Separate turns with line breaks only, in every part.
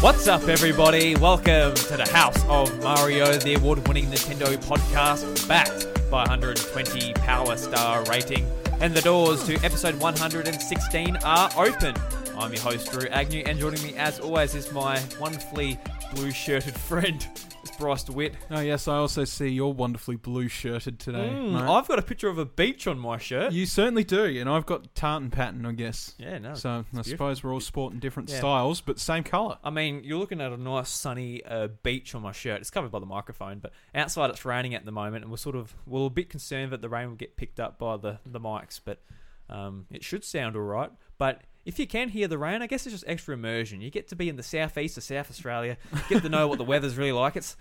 What's up, everybody? Welcome to the House of Mario, the award winning Nintendo podcast, backed by 120 Power Star rating. And the doors to episode 116 are open. I'm your host, Drew Agnew, and joining me, as always, is my one flea blue shirted friend, it's Bryce DeWitt.
Oh yes, I also see you're wonderfully blue shirted today.
Mm,
mate.
I've got a picture of a beach on my shirt.
You certainly do, and I've got tartan pattern, I guess.
Yeah, no.
so I
beautiful.
suppose we're all sporting different
Yeah.
styles, but same colour.
I mean, you're looking at a nice sunny uh, beach on my shirt. It's covered by the microphone, but outside it's raining at the moment, and we're sort of we're a bit concerned that the rain will get picked up by the the mics, but um, it should sound all right. But if you can hear the rain, I guess it's just extra immersion. You get to be in the southeast of South Australia, get to know what the weather's really like. It's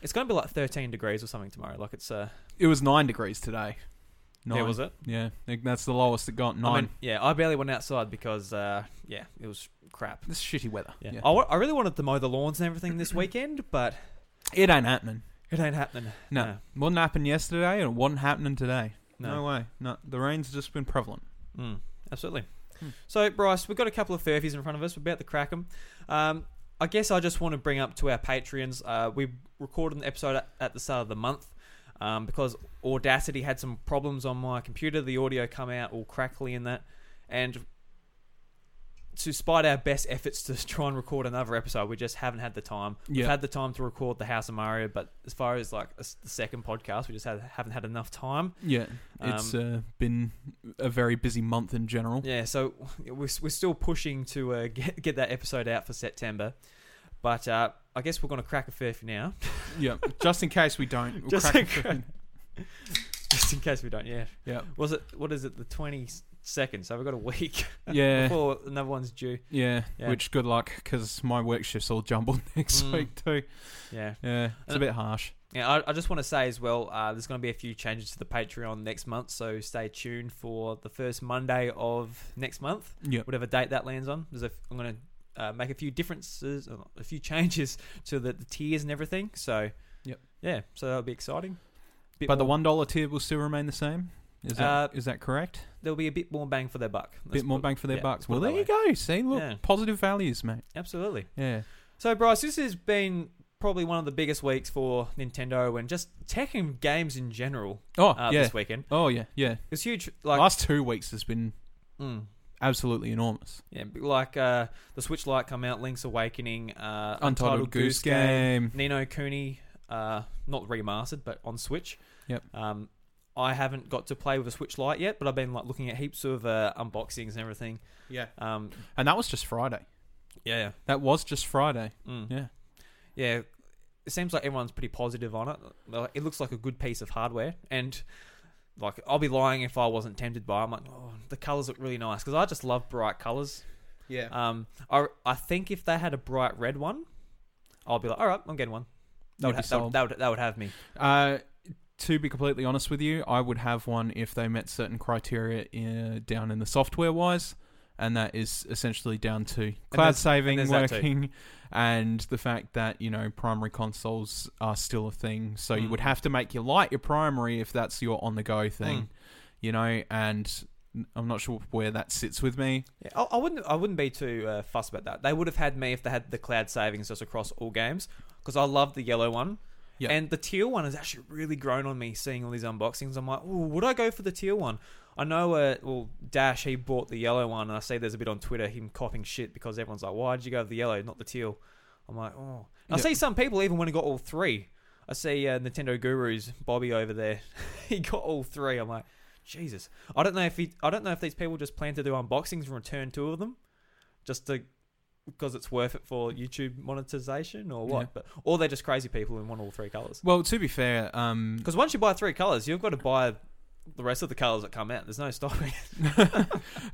it's going to be like 13 degrees or something tomorrow. Like it's uh,
It was nine degrees today. Nine.
there was it.
Yeah, like, that's the lowest it got. Nine.
I mean, yeah, I barely went outside because uh, yeah, it was crap.
this is shitty weather.
Yeah,
Yeah. Oh,
I, wa- I really wanted to mow the lawns and everything this weekend, but
It ain't happening.
it ain't happening.
No.
No.
Wasn't happening yesterday and it wasn't happening today.
No.
No. way. No. The rain's just been prevalent.
Mm, absolutely.
Hmm.
So, Bryce, we've got a couple of furfies in front of us. We're about to crack them. Um, I guess I just want to bring up to our Patreons. Uh, we recorded an episode at, at the start of the month um, because Audacity had some problems on my computer. The audio come out all crackly in that. And despite our best efforts to try and record another episode, we just haven't had the time. We've
Yeah.
had the time to record the House of Mario, but as far as like a s- the second podcast, we just had, haven't had enough time.
Yeah.
Um,
It's uh, been a very busy month in general.
Yeah, so we're, we're still pushing to uh, get, get that episode out for September. But uh, I guess we're going to crack a fair for now.
Yeah. just in case we don't. We'll
Just
crack
in
a freaking-
Just in case we don't, yeah.
Yeah.
Was it, what is it, the 22nd? So we've got a week
Yeah.
before another one's due.
Yeah,
Yeah.
which good luck because my work shift's all jumbled next
Mm.
week too.
Yeah.
Yeah, it's
Uh,
a bit harsh.
Yeah, I, I just want to say as well, uh, there's going to be a few changes to the Patreon next month. So stay tuned for the first Monday of next month.
Yeah,
whatever date that lands on. There's a, I'm going to uh, make a few differences, uh, a few changes to the, the tiers and everything. So,
Yep.
yeah, so that'll be exciting. Bit
but the
more-
one dollar tier will still remain the same. Is that
Uh,
is that correct?
there'll be a bit more bang for their buck.
A
Let's
bit more
put-
bang for their
yeah, let's
bucks.
put
Well,
it
there
that
you go. See, look,
Yeah.
positive values, mate.
Absolutely.
Yeah,
So, Bryce, this has been probably one of the biggest weeks for Nintendo and just tech and games in general
Oh
uh,
yeah.
this weekend.
Oh yeah, yeah.
It's huge. Like,
Last two weeks has been
mm,
absolutely enormous.
yeah, like uh, the Switch Lite come out, Link's Awakening, uh,
Untitled, Goose Game.
Nino Cooney, uh, not remastered, but on Switch.
Yep.
Um, I haven't got to play with a Switch Lite yet, but I've been like looking at heaps of uh, unboxings and everything.
Yeah,
Um,
and that was just Friday.
yeah,
That was just Friday.
yeah. Mm.
Yeah,
yeah. It seems like everyone's pretty positive on it. Like, It looks like a good piece of hardware, and like I'll be lying if I wasn't tempted by. it. I'm like, oh, the colors look really nice because I just love bright colors.
yeah.
Um, I I think if they had a bright red one, I'll be like, all right, I'm getting one. That would, ha- that, would, that, would, that would have me.
Uh, to be completely honest with you, I would have one if they met certain criteria uh down in the software wise, and that is essentially down to cloud
there's-
saving
and there's that too.
working, and the fact that you know primary consoles are still a thing. So you
Mm.
would have to make your light your primary if that's your on the go thing,
Mm.
you know. And I'm not sure where that sits with me.
Yeah, I, I wouldn't. I wouldn't be too uh, fussed about that. They would have had me if they had the cloud savings just across all games because I love the yellow one.
Yeah.
And the teal one has actually really grown on me seeing all these unboxings. I'm like, oh, would I go for the teal one? I know, uh, well, Dash, he bought the yellow one, and I see there's a bit on Twitter him copping shit because everyone's like, why did you go for the yellow, not the teal? I'm like, oh. And I
Yeah.
see some people even when he got all three. I see uh, Nintendo Gurus, Bobby over there. he got all three. I'm like, Jesus. I don't know if he, I don't know if these people just plan to do unboxings and return two of them, just to because it's worth it for YouTube monetization or what.
Yeah.
But or they're just crazy people and want all three colors.
Well, to be fair, um,
Because once you buy three colors, you've got to buy the rest of the colors that come out. There's no stopping.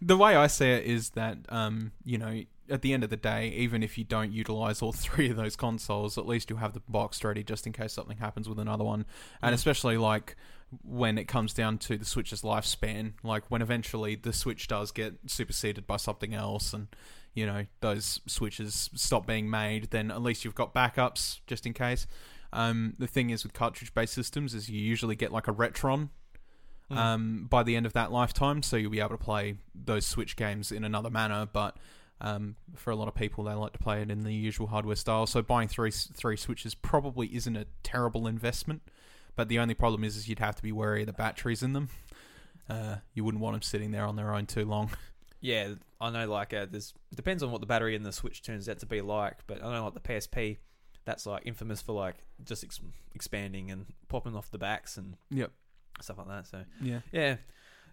the way I see it is that, um, you know, at the end of the day, even if you don't utilize all three of those consoles, at least you'll have the box ready just in case something happens with another one. And
Mm.
especially like when it comes down to the Switch's lifespan, like when eventually the Switch does get superseded by something else and, you know, those Switches stop being made, then at least you've got backups just in case. Um, the thing is with cartridge based systems is you usually get like a Retron
Mm.
um, by the end of that lifetime. So you'll be able to play those Switch games in another manner. But um, for a lot of people, they like to play it in the usual hardware style. So buying three three Switches probably isn't a terrible investment. But the only problem is, is you'd have to be wary of the batteries in them. Uh, you wouldn't want them sitting there on their own too long.
Yeah, I know. Like, uh, there's depends on what the battery in the Switch turns out to be like, but I know like the PSP, that's like infamous for like just ex- expanding and popping off the backs and
Yep.
stuff like that. So
Yeah.
yeah,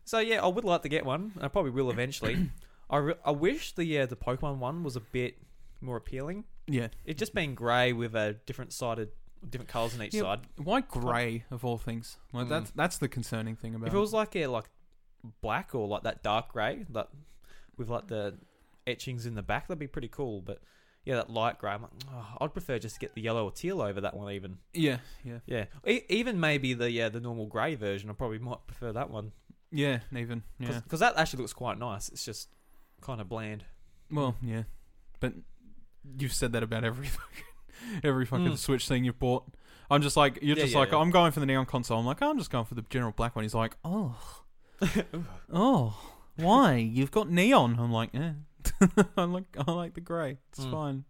so yeah, I would like to get one. I probably will eventually. I, re- I wish the uh, the Pokemon one was a bit more appealing.
Yeah.
It just being grey with a different sided, different colours on each
Yeah,
side.
Why grey of all things? Like
Mm.
that's that's the concerning thing about.
If it was like a like black or like that dark grey, that with like the etchings in the back, that'd be pretty cool. But yeah, that light grey, I'm like, "Oh, I'd prefer just to get the yellow or teal over that one. Even
yeah, yeah,
yeah, e- even maybe the yeah the normal grey version, I probably might prefer that one
yeah. Even
because
yeah.
that actually looks quite nice. It's just kind of bland.
Well, yeah, but you've said that about every fucking every fucking
Mm.
Switch thing you've bought. I'm just like you're
Yeah,
just
yeah,
like
yeah.
I'm going for the neon console. I'm like "Oh, I'm just going for the general black one. He's like oh oh why you've got neon? I'm like yeah. I'm like I like the grey. It's
Mm.
fine.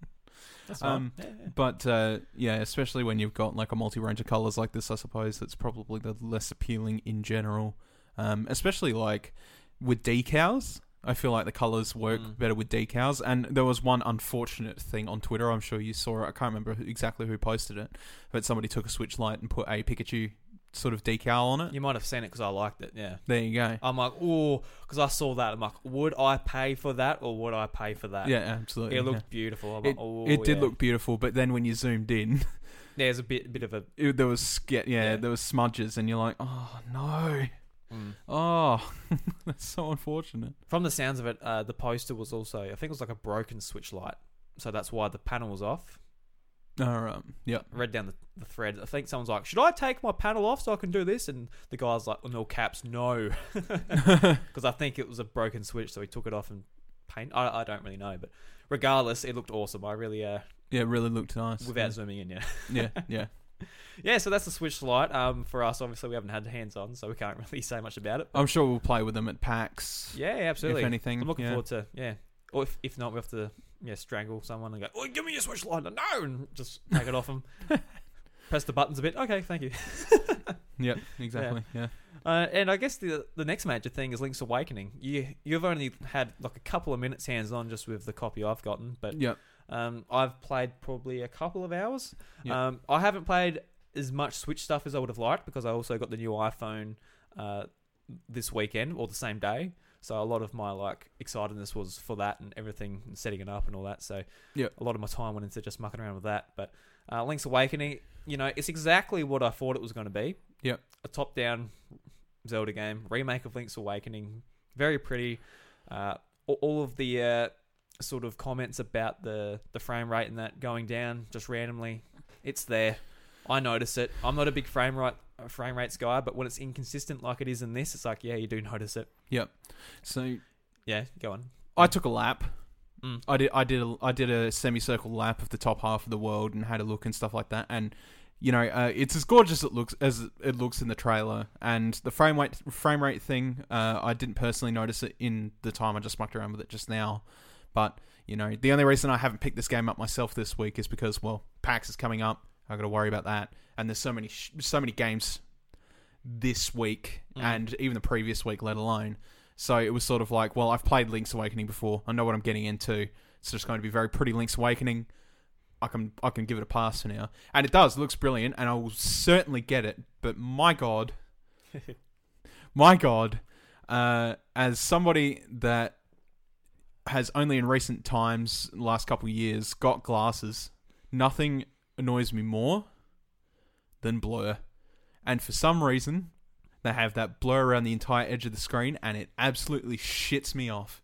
That's
Um,
fine. Yeah, yeah.
But uh, yeah, especially when you've got like a multi range of colors like this, I suppose that's probably the less appealing in general. Um, especially like with decals, I feel like the colors work
Mm.
better with decals. And there was one unfortunate thing on Twitter. I'm sure you saw it. I can't remember who, exactly who posted it, but somebody took a switch light and put a Pikachu sort of decal on it.
You might have seen it because I liked it. Yeah.
There you go.
I'm like, oh, because I saw that. I'm like, would I pay for that or would I pay for that?
yeah, absolutely.
It
yeah.
looked beautiful. I'm
It,
like, oh,
it did
yeah.
look beautiful, but then when you zoomed in,
There's a bit, bit of a.
it, there was sca- yeah,
Yeah.
there was smudges, and you're like, oh no.
Mm.
Oh, that's so unfortunate.
From the sounds of it, uh, the poster was also, I think it was like a broken switch light. So that's why the panel was off.
All right. Yep.
I read down the, the thread. I think someone's like, should I take my panel off so I can do this? And the guy's like, in all caps, no. Because I think it was a broken switch. So he took it off and paint. I, I don't really know. But regardless, it looked awesome. I really, uh,
Yeah, it really looked nice.
without zooming in, yeah.
yeah, yeah.
Yeah, so that's the switch light. Um, for us, obviously, we haven't had hands on, so we can't really say much about it.
I'm sure we'll play with them at PAX.
Yeah, absolutely.
If anything,
I'm looking
yeah.
forward to yeah. Or if, if not, we have to yeah strangle someone and go, "Oh, give me your switch lighter!" No, and just take it off them. Press the buttons a bit. Okay, thank you.
Yep, exactly. Yeah.
Uh, and I guess the the next major thing is Link's Awakening. You you've only had like a couple of minutes hands on just with the copy I've gotten, but
Yep.
um, I've played probably a couple of hours.
Yep.
Um, I haven't played as much Switch stuff as I would have liked because I also got the new iPhone uh, this weekend or the same day. So a lot of my like excitedness was for that and everything and setting it up and all that. So
Yep.
a lot of my time went into just mucking around with that. But uh, Link's Awakening, you know, it's exactly what I thought it was going to be.
Yep.
A top-down Zelda game, remake of Link's Awakening, very pretty. Uh, a- all of the uh, sort of comments about the the frame rate and that going down just randomly. It's there. I notice it. I'm not a big frame rate uh, frame rates guy, but when it's inconsistent like it is in this, it's like yeah, you do notice it.
So
Yeah, go on.
I took a lap.
Mm.
I did. I did. A, I did a semicircle lap of the top half of the world and had a look and stuff like that. And you know, uh, it's as gorgeous it looks as it looks in the trailer. And the frame rate frame rate thing, uh, I didn't personally notice it in the time I just mucked around with it just now. But you know, the only reason I haven't picked this game up myself this week is because well, PAX is coming up. I got to worry about that. And there's so many sh- so many games this week
Mm.
and even the previous week, let alone. So it was sort of like, well, I've played Link's Awakening before. I know what I'm getting into. It's just going to be very pretty Link's Awakening. I can I can give it a pass for now. And it does, looks brilliant, and I will certainly get it. But my god, my god, uh, as somebody that has only in recent times, last couple of years, got glasses, nothing annoys me more than blur. And for some reason, they have that blur around the entire edge of the screen, and it absolutely shits me off.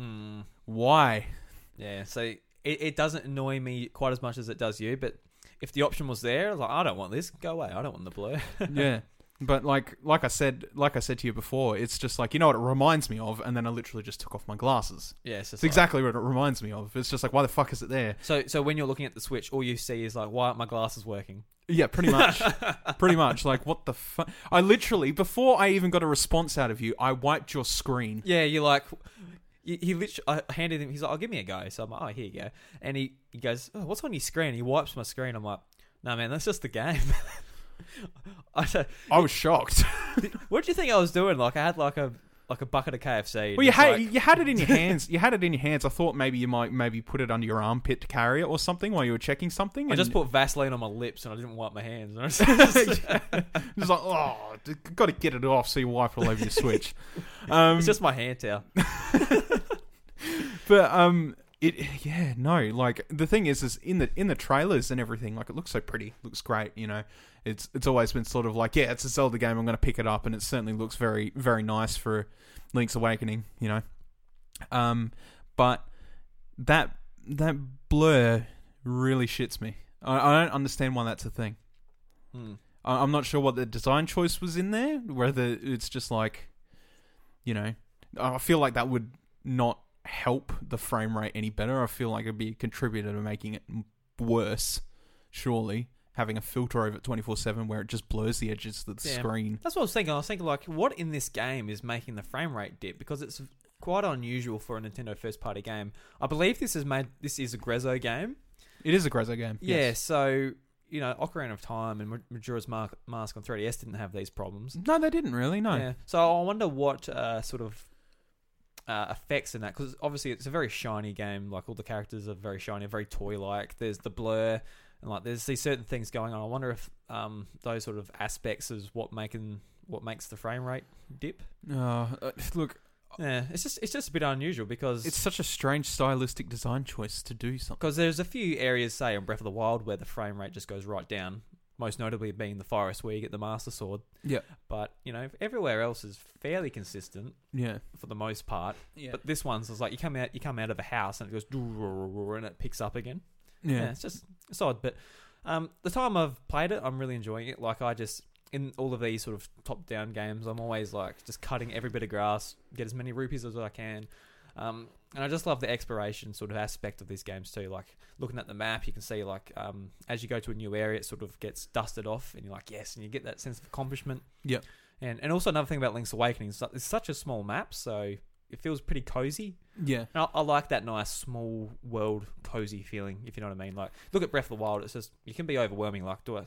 Mm,
Why?
yeah, so it, it doesn't annoy me quite as much as it does you, but if the option was there, I was like I don't want this. Go away. I don't want the blur.
yeah. But like like I said like I said to you before, it's just like you know what it reminds me of, and then I literally just took off my glasses.
Yeah, it's
It's
just like-
exactly what it reminds me of. It's just like why the fuck is it there?
So, so when you're looking at the Switch, all you see is like, why aren't my glasses working?
Yeah, pretty much. pretty much. Like what the fuck? I literally before I even got a response out of you, I wiped your screen.
Yeah, you're like, he, he literally, I handed him, he's like, oh, give me a go. So I'm like, oh, here you go. And he, he goes, oh, what's on your screen? He wipes my screen. I'm like, no, man, that's just the game. I said,
I was shocked.
what do you think I was doing? Like, I had like a like a bucket of KFC.
Well, you
It's
had
like-
you had it in your hands. You had it in your hands. I thought maybe you might maybe put it under your armpit to carry it or something while you were checking something.
I
and
just put Vaseline on my lips and I didn't wipe my hands. And I was-
It's like, oh, got to get it off so you wipe it all over your switch. Um,
it's just my hair towel.
but um, it yeah no like the thing is is in the in the trailers and everything like it looks so pretty, looks great. You know, it's it's always been sort of like yeah, it's a Zelda game. I'm going to pick it up, and it certainly looks very very nice for Link's Awakening. You know, um, but that that blur really shits me. I, I don't understand why that's a thing.
Hmm.
I- I'm not sure what the design choice was in there. Whether it's just like, you know, I feel like that would not help the frame rate any better. I feel like it'd be a contributor to making it m- worse. Surely having a filter over it 24 seven where it just blurs the edges of the
Yeah.
screen.
That's what I was thinking. I was thinking like, what in this game is making the frame rate dip? Because it's quite unusual for a Nintendo first party game. I believe this is made. This is a Grezzo game.
It is a Grezzo game.
Yeah. So you know, Ocarina of Time and Ma- Majora's Ma- Mask on 3DS didn't have these problems.
No, they didn't really. No.
Yeah. So I wonder what uh, sort of uh, effects in that because obviously it's a very shiny game. Like all the characters are very shiny, very toy-like. There's the blur and like there's these certain things going on. I wonder if um, those sort of aspects is what making what makes the frame rate dip.
Uh, uh, look,
Yeah, it's just it's just a bit unusual because
it's such a strange stylistic design choice to do something.
because there's a few areas, say in Breath of the Wild, where the frame rate just goes right down. Most notably being the forest where you get the Master Sword.
Yeah.
But you know everywhere else is fairly consistent
Yeah.
for the most part.
Yeah.
But this one's is like you come out you come out of a house and it goes and it picks up again.
yeah.
yeah, it's just it's odd. But um, the time I've played it, I'm really enjoying it. Like I just in all of these sort of top down games, I'm always like just cutting every bit of grass, get as many rupees as I can. Um, and I just love the exploration sort of aspect of these games too. Like looking at the map, you can see like um, as you go to a new area, it sort of gets dusted off, and you're like, yes, and you get that sense of accomplishment.
Yep.
And and also another thing about Link's Awakening is it's such a small map, so it feels pretty cozy.
Yeah.
And I, I like that nice small world cozy feeling, if you know what I mean. Like, look at Breath of the Wild. It's just you can be overwhelming. Like, do I?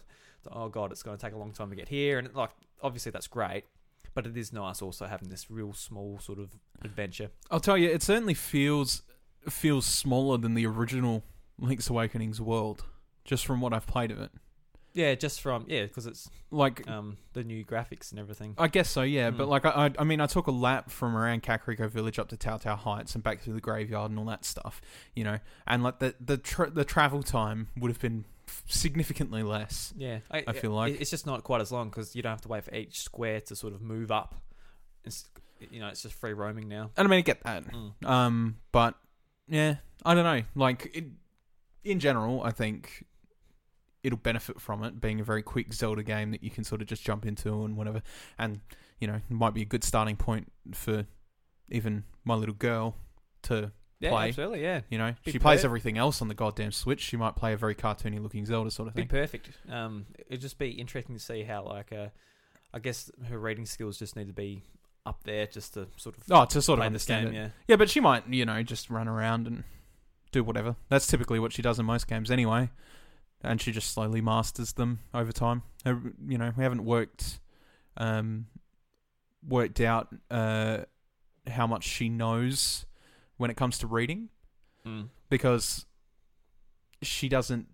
Oh god, it's going to take a long time to get here, and like obviously that's great, but it is nice also having this real small sort of adventure.
I'll tell you, it certainly feels feels smaller than the original Link's Awakening's world, just from what I've played of it.
Yeah, just from yeah, because it's
Like,
um the new graphics and everything.
I guess so, yeah. But
Hmm.
like, I, I, I mean, I took a lap from around Kakariko Village up to Tao Tao Heights and back through the graveyard and all that stuff, you know. And like the the tra- the travel time would have been f- significantly less.
Yeah,
I feel like-
it- it's just not quite as long because you don't have to wait for each square to sort of move up. It's, you know, it's just free roaming now.
And I mean, I get that.
Mm.
Um, but yeah, I don't know. Like it, in general, I think it'll benefit from it being a very quick Zelda game that you can sort of just jump into and whatever. And you know, might be a good starting point for even my little girl to
Yeah,
Play.
absolutely. Yeah,
you know
Be
she plays
per-
everything else on the goddamn Switch. She might play a very cartoony looking Zelda sort of
be
thing.
perfect. Um, it'd just be interesting to see how like uh, I guess her reading skills just need to be up there just to sort of
Oh, to sort of
play this
understand
game.
it.
Yeah,
Yeah, but she might, you know, just run around and do whatever. That's typically what she does in most games anyway. And she just slowly masters them over time. Uh, You know, we haven't worked um worked out uh how much she knows when it comes to reading
mm.
because she doesn't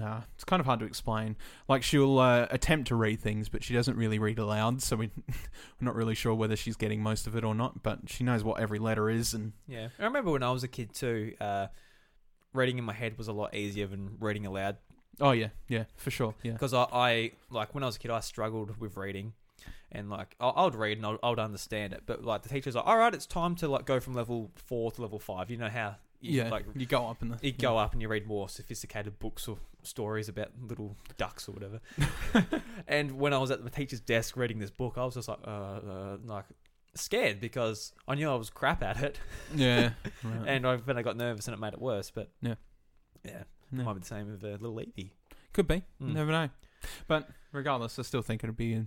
uh, it's kind of hard to explain. Like she'll uh, attempt to read things, but she doesn't really read aloud, so we, we're not really sure whether she's getting most of it or not. But she knows what every letter is, and
yeah. I remember when I was a kid too. Uh, reading in my head was a lot easier than reading aloud
Oh yeah, yeah, for sure. Yeah,
because I, I like when I was a kid I struggled with reading. And like I, I would read and I would, I would understand it, but like the teacher's like, "All right, it's time to like go from level four to level five. You know how You,
yeah,
Like
you go up in the
you go up and you read more sophisticated books or stories about little ducks or whatever. and when I was at my teacher's desk reading this book, I was just like, uh, uh, like scared because I knew I was crap at it,
Yeah, right.
and I, then I got nervous and it made it worse. But
Uh-huh. Yeah.
yeah,
Yeah.
might be the same with uh, little Evie.
could be.
Mm.
Never know. But regardless, I still think it'd be a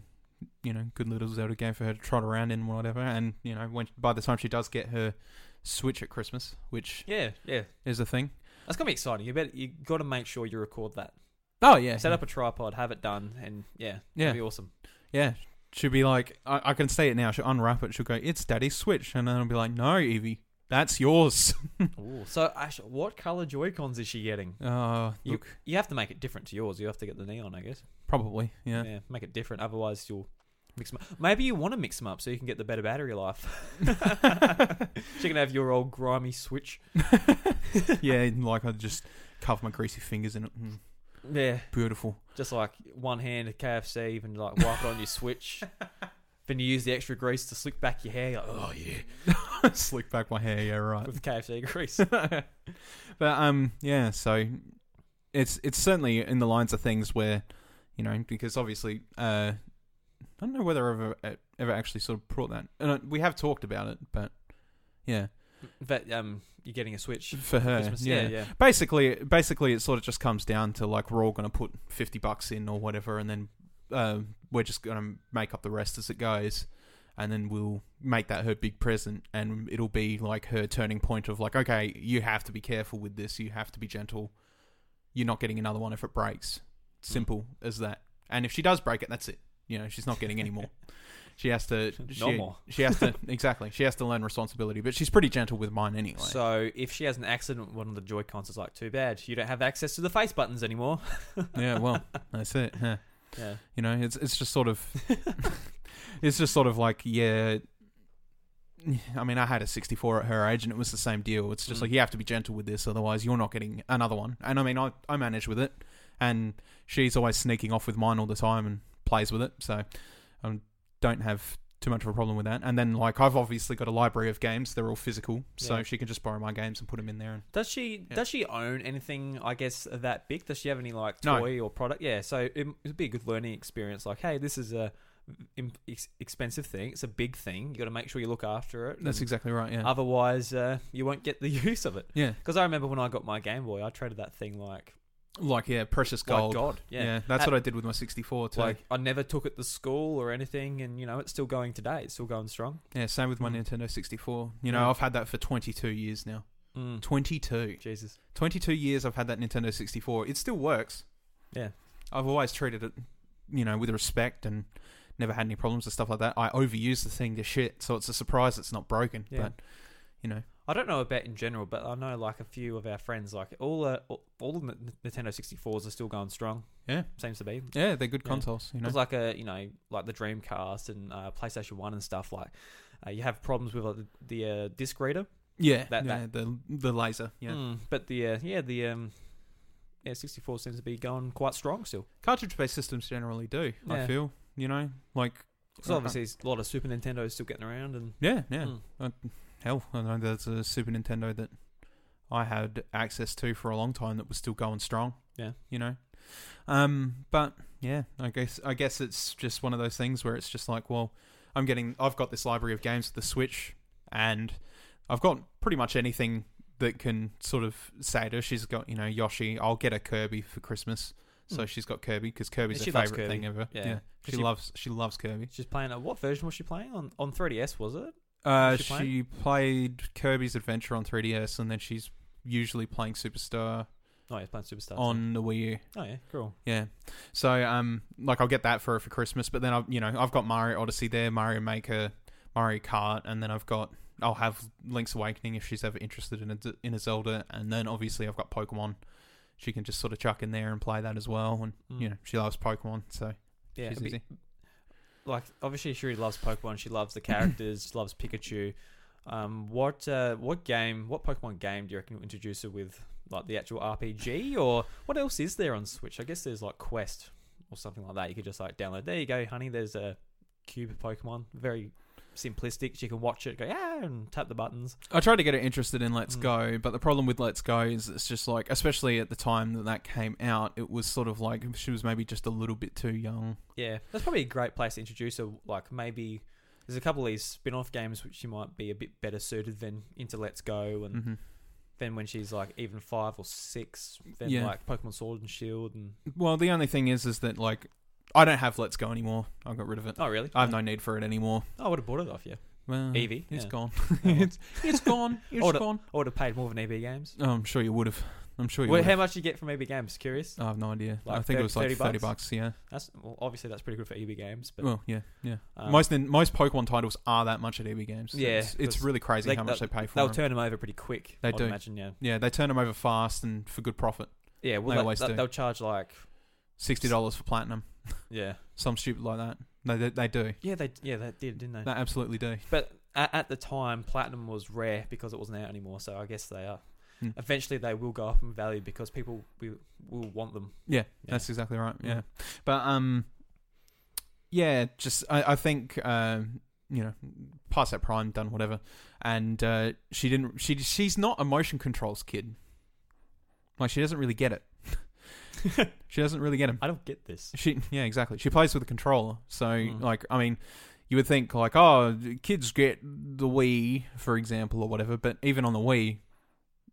you know good little Zelda game for her to trot around in, whatever. And you know, when by the time she does get her Switch at Christmas, which
Yeah, yeah,
is a thing.
that's gonna be exciting. You bet. You got to make sure you record that.
Oh yeah,
Set up a tripod, have it done, and yeah,
Yeah.
it'd be awesome.
Yeah. She'll be like, I, I can say it now. She'll unwrap it. She'll go, it's daddy's Switch. And then I'll be like, no, Evie, that's yours.
Ooh. So, Ash, what color Joy Cons is she getting?
Uh,
Oh,
look,
You have to make it different to yours. You have to get the neon, I guess.
probably. Yeah.
yeah. make it different. Otherwise, you'll mix them up. Maybe you want to mix them up so you can get the better battery life. she can have your old grimy Switch.
yeah. and, Like, I just cover my greasy fingers in it. Mm,
Yeah,
beautiful.
just like one hand at KFC, even like wipe it on your Switch. Then you use the extra grease to slick back your hair. You're like, oh yeah,
Slick back my hair. Yeah, right.
with KFC grease.
but um, yeah. So it's it's certainly in the lines of things where you know because obviously uh, I don't know whether I've ever, e, ever actually sort of brought that. And uh, we have talked about it, but yeah,
but um, you're getting a Switch.
for her,
Christmas. Yeah, yeah.
basically basically it sort of just comes down to like we're all going to put 50 bucks in or whatever and then um, we're just going to make up the rest as it goes and then we'll make that her big present and it'll be like her turning point of like okay you have to be careful with this you have to be gentle you're not getting another one if it breaks simple as that and if she does break it that's it you know she's not getting any more she has to she,
No more.
she has to exactly she has to learn responsibility but she's pretty gentle with mine anyway
So if she has an accident with one of the Joy Cons, it's like too bad. You don't have access to the face buttons anymore.
yeah well that's it yeah
Yeah.
You know, it's it's just sort of it's just sort of like yeah. I mean, I had a 64 at her age, and it was the same deal. It's just
Mm.
like you have to be gentle with this, otherwise you're not getting another one. And I mean, I I manage with it, and she's always sneaking off with mine all the time and plays with it, so I don't have too much of a problem with that. And then like I've obviously got a library of games; they're all physical, so
Yeah.
she can just borrow my games and put them in there. And
Does she
Yeah.
does she own anything? I guess that big. Does she have any like
No.
toy or product? Yeah, so it, it'd be a good learning experience. Like, hey, this is a im- ex- expensive thing. It's a big thing. You got to make sure you look after it.
that's
and
exactly right. Yeah,
Otherwise, uh, you won't get the use of it.
yeah,
Because I remember when I got my Game Boy, I traded that thing like
like yeah, precious gold.
like God.
yeah.
Yeah.
that's
At-
what I did with my 64 too.
Like I never took it to school or anything, and you know it's still going today. It's still going strong.
Yeah, same with my
Hmm.
Nintendo 64. You know,
Yeah.
I've had that for 22 years now.
Mm.
22.
Jesus.
22 years I've had that Nintendo 64. It still works.
Yeah.
I've always treated it, you know, with respect and never had any problems and stuff like that. I overuse the thing to shit, so it's a surprise it's not broken.
Yeah.
But, you know,
I don't know about in general, but I know like a few of our friends, like all uh, all- all the N- Nintendo 64s are still going strong.
Yeah.
seems to be.
yeah, they're good
Yeah.
consoles, you know.
It's like a you know like the Dreamcast and uh, PlayStation One and stuff like. Uh, you have problems with like, the uh, disc reader,
yeah,
that-
yeah the the laser, yeah.
Mm, but the uh, yeah the um, yeah 64 seems to be going quite strong still.
Cartridge-based systems generally do, I
Yeah.
feel, you know, like
So obviously there's a lot of Super Nintendos still getting around and
Yeah, yeah.
Mm.
Uh, hell, I know there's a Super Nintendo that I had access to for a long time that was still going strong.
Yeah.
you know. Um, but yeah, I guess I guess it's just one of those things where it's just like, well, I'm getting, I've got this library of games with the Switch, and I've got pretty much anything that can sort of say to her. She's got, you know, Yoshi. I'll get her Kirby for Christmas. So
Mm.
she's got Kirby because Kirby's
Yeah,
her
she loves
favorite thing ever.
Yeah.
she,
'Cause she-
loves she loves Kirby.
she's playing. A, what version was she playing on on 3DS? Was it?
Uh,
Is she
she,
playing?
played Kirby's Adventure on 3DS, and then she's usually playing Superstar
Oh, yeah, playing Superstar.
on the Wii U.
Oh yeah, cool.
Yeah, so um, like I'll get that for her for Christmas, but then I, you know, I've got Mario Odyssey there, Mario Maker, Mario Kart, and then I've got I'll have Link's Awakening if she's ever interested in a, in a Zelda, and then obviously I've got Pokemon. She can just sort of chuck in there and play that as well, and
Mm.
you know she loves Pokemon, so
Yeah,
she's
it'd be-
easy.
like obviously she really loves Pokemon. She loves the characters. she loves Pikachu. Um, what uh, what game? What Pokemon game do you reckon you'll introduce her with? Like the actual RPG, or what else is there on Switch? I guess there's like Quest or something like that. You could just like download. There you go, honey. There's a cube Pokemon. Very simplistic. She can watch it, go yeah, and tap the buttons.
I tried to get her interested in Let's
Mm.
Go, but the problem with Let's Go is it's just like, especially at the time that that came out, it was sort of like she was maybe just a little bit too young.
Yeah, that's probably a great place to introduce her. Like maybe there's a couple of these spin-off games which she might be a bit better suited than into Let's Go, and
hmm
then when she's like even five or six, then
Yeah.
like Pokemon Sword and Shield, and
Well, the only thing is, is that like I don't have Let's Go anymore. I got rid of it.
oh really?
I have no need for it anymore.
I would have bought it off you.
Well,
Eevee,
uh, it's
yeah. Oh,
gone.
well.
it's, it's gone. It's
Order-
gone.
I would have paid more than EB Games.
Oh, I'm sure you would have. I'm sure you
Well,
would.
how
Have.
much did you get from EB Games? Curious.
I have no idea. I
Like
think it was like
30
thirty
bucks?
bucks. Yeah.
That's well, obviously that's pretty good for EB Games, but
well, yeah, yeah.
um,
most most Pokemon titles are that much at EB Games.
Yeah,
it's, it's
'cause
really crazy
they-
how much
that-
they pay for
they'll
them.
turn them over pretty quick.
They
I'd
do.
Imagine yeah,
yeah, they turn them over fast and for good profit.
yeah.
They
Well, they
always do.
will charge like
Sixty dollars for platinum,
yeah,
some stupid like that. No, they, they do.
yeah. They yeah they did didn't they?
They absolutely do.
But at, at the time, platinum was rare because it wasn't out anymore. So I guess they are.
Hmm.
Eventually, they will go up in value because people will, will want them.
Yeah,
Yeah.
that's exactly right.
Mm.
Yeah, but um, yeah, just I, I think um, you know, past that prime, done whatever, and uh, she didn't. She she's not a motion controls kid. Like she doesn't really get it. she doesn't really get him.
I don't get this.
She yeah, exactly. She plays with a controller, so
Mm.
like I mean, you would think like oh, kids get the Wii for example or whatever, but even on the Wii,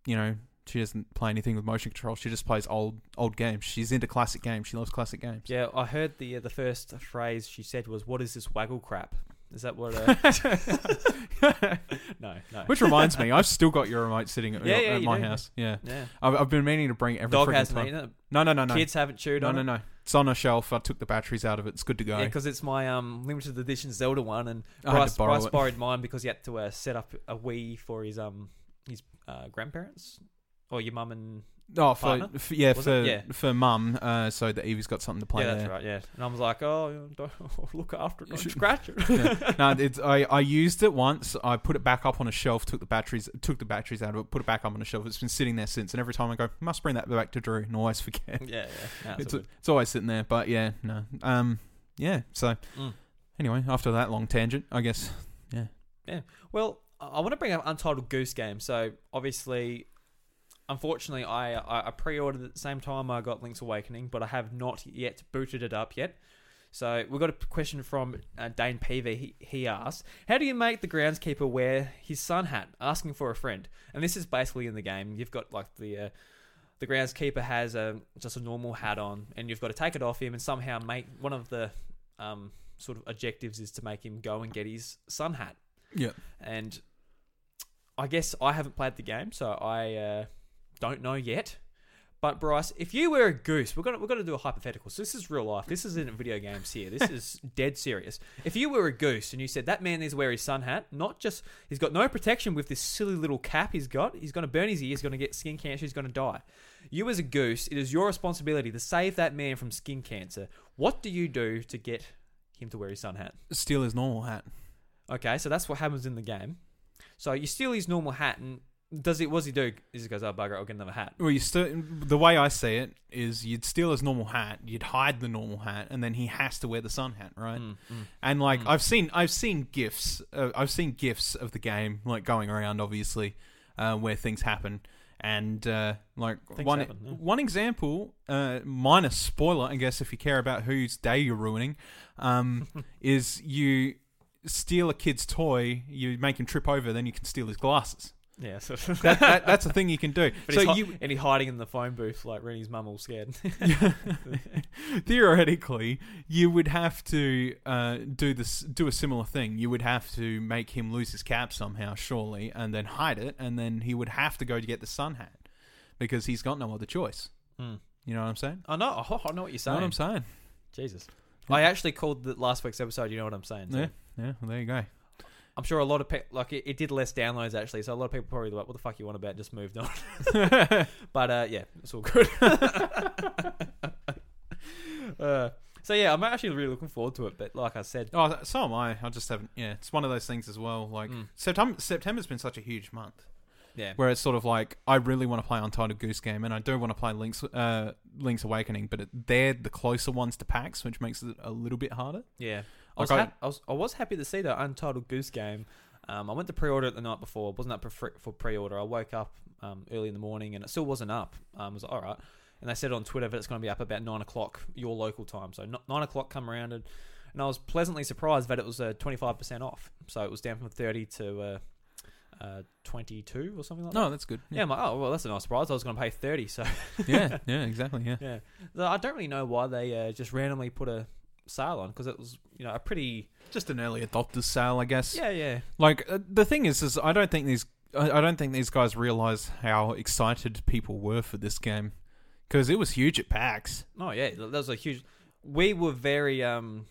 you know, she doesn't play anything with motion control. She just plays old old games. She's into classic games. She loves classic games.
Yeah, I heard the the first phrase she said was, "What is this waggle crap?" Is that what? Uh... no, no.
Which reminds me, I've still got your remote sitting at,
Yeah,
at
yeah, you
my
do.
house. Yeah,
yeah,
I've, I've been meaning to bring it every
dog
freaking
hasn't
time.
eaten it.
No, no, no, no,
Kids haven't chewed
no,
on
no,
it.
no. It's on a shelf. I took the batteries out of it. It's good to go.
Yeah, because it's my um limited edition Zelda one, and
I had to
Bryce,
borrow
Bryce
it.
borrowed mine because he had to uh, set up a Wii for his um his uh, grandparents or your mum and
Oh, for,
partner?
for yeah,
Was
for
it? Yeah.
for mum. Uh, so that Evie's got something to play
yeah,
there.
that's right. Yeah, and I was like, oh, you know, don't look after it,
You
don't
should-
scratch it.
Yeah. No, it's I, I used it once. I put it back up on a shelf, took the batteries, took the batteries out of it, put it back up on a shelf. It's been sitting there since, and every time I go, must bring that back to Drew, and always forget.
yeah, yeah. No, it's
It's,
all good.
it's always sitting there, but yeah, no, um, yeah. So
Mm.
anyway, after that long tangent, I guess, yeah,
Well, I- I want to bring up Untitled Goose Game. So obviously, unfortunately, I I- I pre-ordered at the same time I got Link's Awakening, but I have not yet booted it up yet. So we got a question from uh, Dane Peavy. He, he asked, "How do you make the groundskeeper wear his sun hat?" Asking for a friend, and this is basically in the game. You've got like the uh, the groundskeeper has a just a normal hat on, and you've got to take it off him and somehow make one of the um, sort of objectives is to make him go and get his sun hat
yeah.
and I guess I haven't played the game, so I uh, don't know yet. But Bryce, if you were a goose, we're gonna we're gonna do a hypothetical. So this is real life. This isn't video games here. This is dead serious. If you were a goose and you said that man needs to wear his sun hat, not just he's got no protection with this silly little cap he's got. He's gonna burn his ears. He's gonna get skin cancer. He's gonna die. You as a goose, it is your responsibility to save that man from skin cancer. What do you do to get him to wear his sun hat?
Steal his normal hat.
Okay, so that's what happens in the game. So you steal his normal hat, and does it? What does he do? Is he goes, "Oh bugger, I'll get another hat."
Well, you still the way I see it is you'd steal his normal hat, you'd hide the normal hat, and then he has to wear the sun hat, right?
Mm, mm.
And like
Mm.
I've seen, I've seen gifs, uh, I've seen gifs of the game like going around, obviously, uh, where things happen. And uh, like
Things
one
happen, yeah.
one example, uh, minus spoiler, I guess, if you care about whose day you're ruining, um, is you steal a kid's toy, you make him trip over, then you can steal his glasses.
Yeah, so
That, that, that's a thing you can do.
But
so
he's hi-
you
and he's hiding in the phone booth, like Rennie's mum, all scared.
theoretically, you would have to uh, do this, do a similar thing. You would have to make him lose his cap somehow, surely, and then hide it, and then he would have to go to get the sun hat because he's got no other choice.
Hmm.
You know what I'm saying?
I know, oh, I know what you're
Know
saying.
what I'm saying?
Jesus,
Yeah.
I actually called the last week's episode. You know what I'm saying? so
Yeah, yeah. Well, there you go.
I'm sure a lot of pe- like it, it did less downloads actually, so a lot of people probably were like, "What the fuck you want about?" and Just moved on. But uh, yeah, it's all good. uh, so yeah, I'm actually really looking forward to it. But like I said,
oh, so am I. I just haven't. Yeah, it's one of those things as well. Like
Mm.
September, September's been such a huge month.
yeah,
where it's sort of like I really want to play Untitled Goose Game and I do want to play Link's uh, Link's Awakening, but it, they're the closer ones to PAX, which makes it a little bit harder.
yeah, I was,
Like, I-
hap- I, was, I was happy to see the Untitled Goose Game. Um, I went to pre-order it the night before. It wasn't up for, fr- for pre-order. I woke up um, early in the morning and it still wasn't up. Um, I was like, all right. And they said on Twitter that it's going to be up about nine o'clock your local time. So no- nine o'clock come around and, and I was pleasantly surprised that it was twenty five percent off. So it was down from thirty to uh, uh, twenty two or something like that.
No, that's good.
Yeah, I'm like, oh well, that's a nice surprise. I was going to pay thirty, so
yeah, yeah, exactly. Yeah,
yeah, So I don't really know why they uh, just randomly put a sale on because it was, you know, a pretty
just an early adopter sale, I guess.
yeah, yeah,
Like uh, the thing is, is I don't think these, I, I don't think these guys realize how excited people were for this game, because it was huge at PAX.
oh yeah, that was a huge. We were very um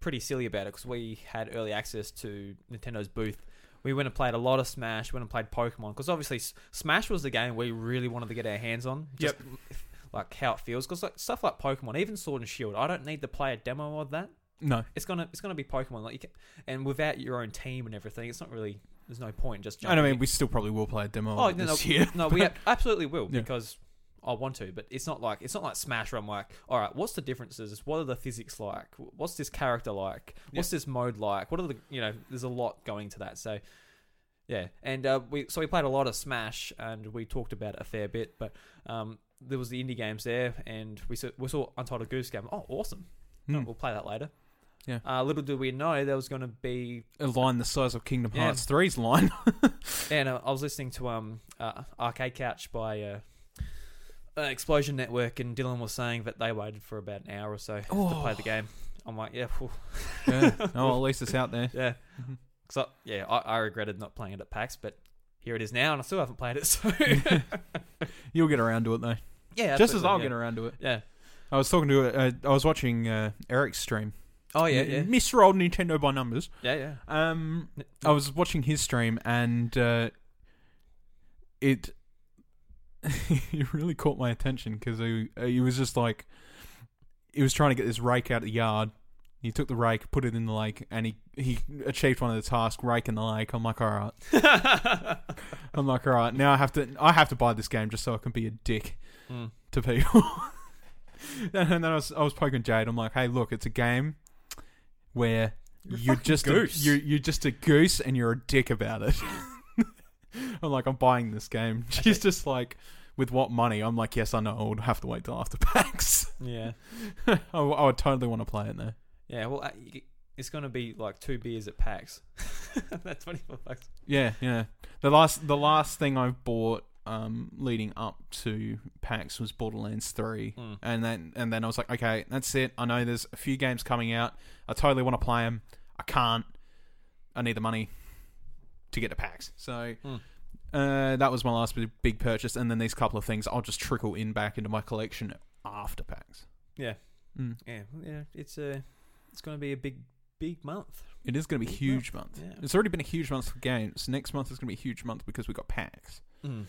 pretty silly about it because we had early access to Nintendo's booth. We went and played a lot of Smash. Went and played Pokemon because obviously S- Smash was the game we really wanted to get our hands on. Just Like how it feels because like stuff like Pokemon, even Sword and Shield, I don't need to play a demo of that.
No,
It's gonna it's gonna be Pokemon like you can, and without your own team and everything, it's not really there's no point in just.
and I
jumping in.
mean, we still probably will play a demo
Oh
of
no,
it
no,
this year.
no, we ab- absolutely will
Yeah.
because I want to. But it's not like it's not like Smash. Where I'm like, all right, what's the differences? What are the physics like? What's this character like? What's this mode like? What are the you know? There's a lot going to that. So yeah, and uh, we so we played a lot of Smash and we talked about it a fair bit. But um, there was the indie games there, and we saw, we saw Untitled Goose Game. Oh, awesome!
Hmm.
We'll play that later.
Yeah.
Uh, little did we know there was going to be
A line the size of Kingdom
Yeah.
Hearts 3's line.
And uh, I was listening to um uh, Arcade Couch by uh, uh, Explosion Network, and Dylan was saying that they waited for about an hour or so
Oh.
to play the game. I'm like, yeah, phew,
yeah. Oh, at least it's out there.
yeah.
Mhm.
So yeah, I, I regretted not playing it at PAX, but here it is now, and I still haven't played it. So
You'll get around to it though,
yeah,
just as
absolutely,
I'll
yeah.
get around to it.
Yeah.
I was talking to, uh, I was watching uh, Eric's stream.
Oh yeah,
N-
yeah,
Mr. Old Nintendo by numbers.
yeah, yeah.
Um,
N-
I was watching his stream and uh, it it really caught my attention because he, uh, he was just like he was trying to get this rake out of the yard. He took the rake, put it in the lake, and he he achieved one of the tasks: rake in the lake. I'm like, all right. I'm like, all right. Now I have to I have to buy this game just so I can be a dick
Mm.
to people. and then I was I was poking Jade. I'm like, hey, look, it's a game where
You're a
you're,
fucking
just
goose.
A, you're you're just a goose and you're a dick about it. I'm like, I'm buying this game. She's just like, with what money? I'm like, yes, I know. I would have to wait till after PAX.
yeah,
I, w- I would totally want to play it there.
yeah. Well, uh, y- it's gonna be like two beers at PAX. That's twenty four bucks.
Yeah, yeah. The last the last thing I bought um, leading up to PAX was Borderlands Three.
Mm.
and then and then I was like, okay, that's it. I know there's a few games coming out. I totally want to play them. I can't. I need the money to get the packs. So
Hmm.
uh, that was my last big- big purchase, and then these couple of things I'll just trickle in back into my collection after packs.
Yeah.
Mm.
Yeah, yeah. It's a, it's gonna be a big, big month.
It is going to be a huge month.
Yeah.
It's already been a huge month for games. Next month is going to be a huge month because we got packs.
Mm.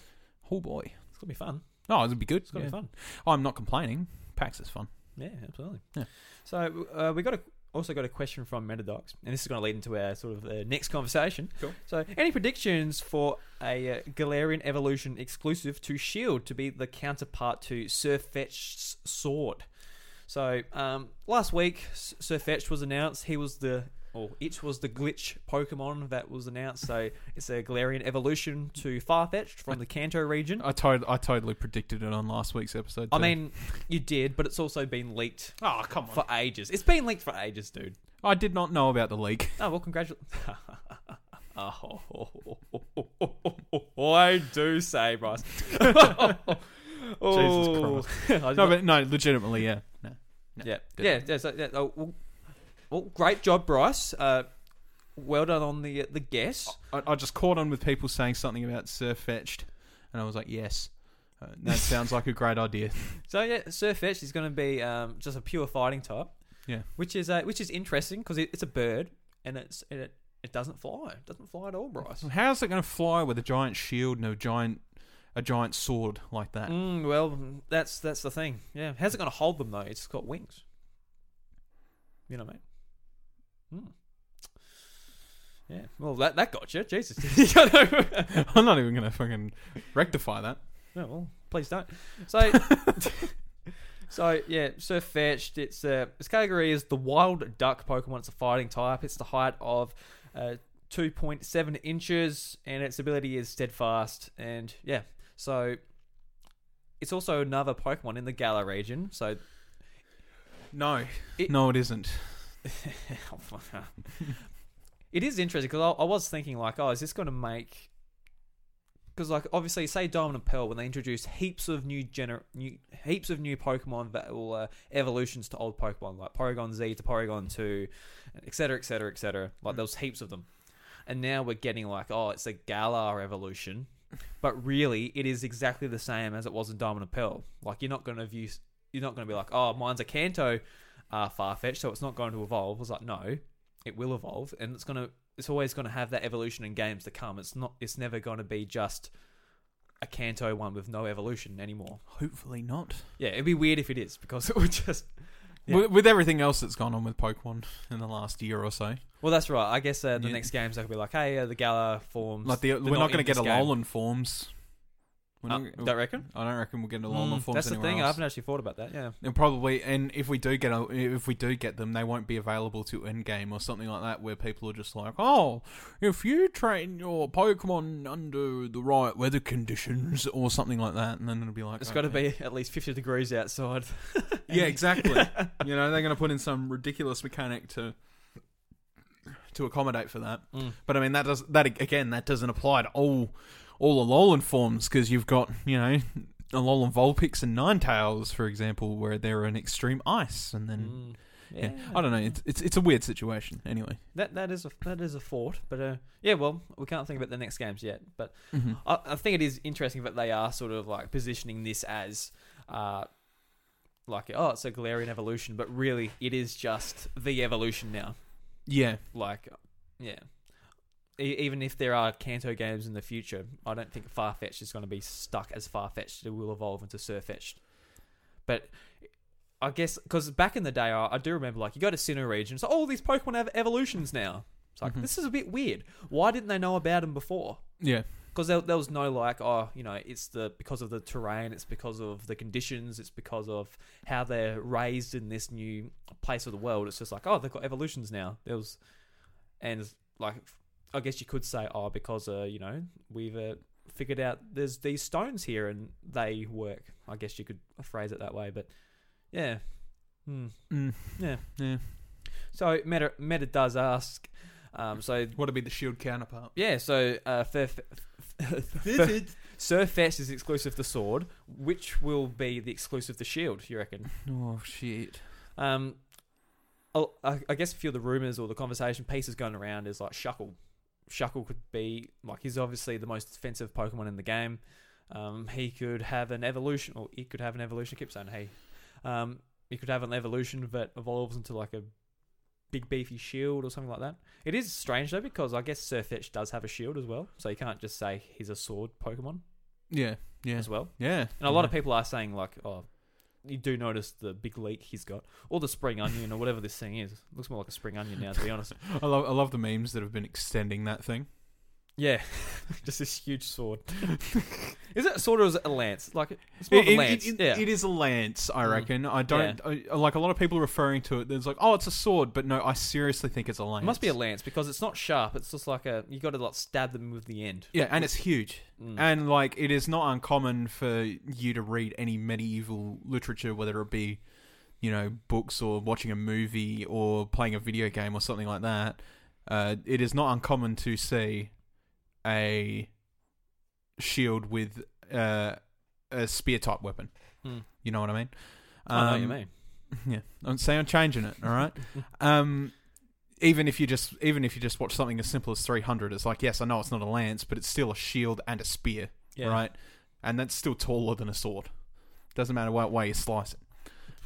Oh boy.
It's gonna be fun.
Oh, it'll be good.
It's gonna
Yeah.
be fun.
Oh, I'm not complaining. Packs is fun.
Yeah, absolutely.
Yeah.
So uh, we got a, also got a question from Metadocs, and this is going to lead into our sort of uh, next conversation.
Cool.
So, any predictions for a uh, Galarian Evolution exclusive to Shield E to be the counterpart to Sirfetch's sword? So, um, last week S- Sirfetch was announced. He was the or it was the glitch Pokemon that was announced. So it's a Galarian evolution to Farfetch'd from the Kanto region.
I, to- I totally predicted it on last week's episode.
I
too.
mean, you did, but it's also been leaked
oh come
for ages. It's been leaked for ages, dude.
I did not know about the leak.
Oh well, congratulations. oh, I do say, Bryce. Oh. I
No, but no, legitimately, yeah. No.
yeah,
Good.
yeah, yeah. So, yeah oh, well, well, great job, Bryce. Uh, well done on the the guess.
I, I just caught on with people saying something about Surfetched, and I was like, yes, uh, that sounds like a great idea.
So yeah, Surfetch is going to be um, just a pure fighting type.
Yeah.
which is uh, which is interesting because it, it's a bird and it's and it it doesn't fly. It doesn't fly at all, Bryce.
How's it going to fly with a giant shield and a giant a giant sword like that?
Mm, well, that's that's the thing. Yeah, how's it going to hold them though? It's got wings. You know what I mean? Mm. Yeah. Well, that that got you. Jesus. You know?
I'm not even going
Oh,
to fucking rectify that.
no, well, please don't. So, So yeah, so fetched. It's uh, its category is the wild duck Pokemon. It's a fighting type. It's the height of uh, two point seven inches, and its ability is steadfast. And yeah, so it's also another Pokemon in the Galar region. So
No,
It-
no, it isn't.
it is interesting because I, I was thinking like, oh, is this going to make? Because like obviously, say Diamond and Pearl when they introduce heaps of new gener new heaps of new Pokemon that will uh, evolutions to old Pokemon like Porygon Z to Porygon Two, etc. etc. etc. Like there was heaps of them, and now we're getting like, oh, it's a Galar evolution, but really it is exactly the same as it was in Diamond and Pearl. Like you're not going to view you're not going to be like, oh, mine's a Kanto uh, Farfetch, so it's not going to evolve. I was like, no, it will evolve, and it's gonna, it's always gonna have that evolution in games to come. It's not, it's never gonna be just a Kanto one with no evolution anymore.
Hopefully not.
Yeah, it'd be weird if it is because it would just. Yeah.
With, with everything else that's gone on with Pokemon in the last year or so,
Well, that's right. I guess uh, the
Yeah.
next games they could be like, hey, uh, the Gala forms.
like the,
they're
we're not, going
in
to get
this game.
Alolan forms. We're
Uh,
not-
don't reckon.
I don't reckon we'll get Alolan
Mm,
forms
that's the
anywhere
thing. I
else.
haven't actually thought about that. Yeah.
And probably, and if we do get a, if we do get them, they won't be available to end game or something like that, where people are just like, "Oh, if you train your Pokemon under the right weather conditions or something like that," and then it'll be like,
It's got to be at least 50 degrees outside.
yeah, exactly." you know, they're going to put in some ridiculous mechanic to to accommodate for that.
Mm.
But I mean, that does that again, that doesn't apply to all all Alolan forms because you've got you know. Alolan Vulpix and Ninetales, for example, where they're in extreme ice, and then
Mm.
yeah. I don't know. It's, it's it's a weird situation. Anyway,
That that is a that is a thought, but uh, yeah. Well, we can't think about the next games yet, but
Mm-hmm.
I, I think it is interesting that they are sort of like positioning this as, uh, like oh, it's a Galarian evolution, but really it is just the evolution now.
yeah,
Like, yeah. E- even if there are Kanto games in the future, I don't think Farfetch'd is going to be stuck as Farfetch'd. It will evolve into Surfetch'd. But I guess because back in the day, I, I do remember like you go to Sinnoh region, so all these Pokemon have evolutions now. It's like
Mhm.
this is a bit weird. Why didn't they know about them before?
yeah,
because there, there was no like oh you know it's the because of the terrain it's because of the conditions it's because of how they're raised in this new place of the world it's just like oh they've got evolutions now there was and like i guess you could say oh because uh you know we've uh, figured out there's these stones here and they work i guess you could phrase it that way but yeah hmm.
mm.
Yeah.
yeah.
so meta meta does ask um so
What would be the shield counterpart?
yeah so uh fair, This Surfetch is exclusive to Sword. Which will be the exclusive to Shield? You reckon?
oh shit.
Um, oh, I, I guess a few of the rumors or the conversation pieces going around is like Shuckle. Shuckle could be like he's obviously the most defensive Pokemon in the game. Um, he could have an evolution, or he could have an evolution. I keep saying hey. Um, he could have an evolution that evolves into like a big beefy shield or something like that. It is strange though because I guess Surfetch does have a shield as well, so you can't just say he's a sword Pokemon
Yeah, yeah,
as well.
yeah.
And a lot of people are saying like, oh, you do notice the big leak he's got, or the spring onion, or whatever this thing is. Looks more like a spring onion now, to be honest.
I love I love the memes that have been extending that thing.
Yeah, just this huge sword. is it a sword or is it a lance? Like it's more of a lance.
it-
yeah.
it is a lance, I
Mm.
reckon. I don't I, like a lot of people are referring to it. There's like, oh, it's a sword, but no, I seriously think it's a
it
lance.
must be a lance because it's not sharp. It's just like a you got to like stab them with the end.
yeah, and it's huge.
Mm.
And like, it is not uncommon for you to read any medieval literature, whether it be, you know, books or watching a movie or playing a video game or something like that. Uh, it is not uncommon to see a shield with uh, a spear type weapon.
Hmm.
You know what I mean?
I know what you
Um,
mean.
yeah, I'm saying I'm changing it. All right. um, even if you just even if you just watch something as simple as 300, it's like yes, I know it's not a lance, but it's still a shield and a spear,
Yeah.
right? And that's still taller than a sword. Doesn't matter what way you slice it.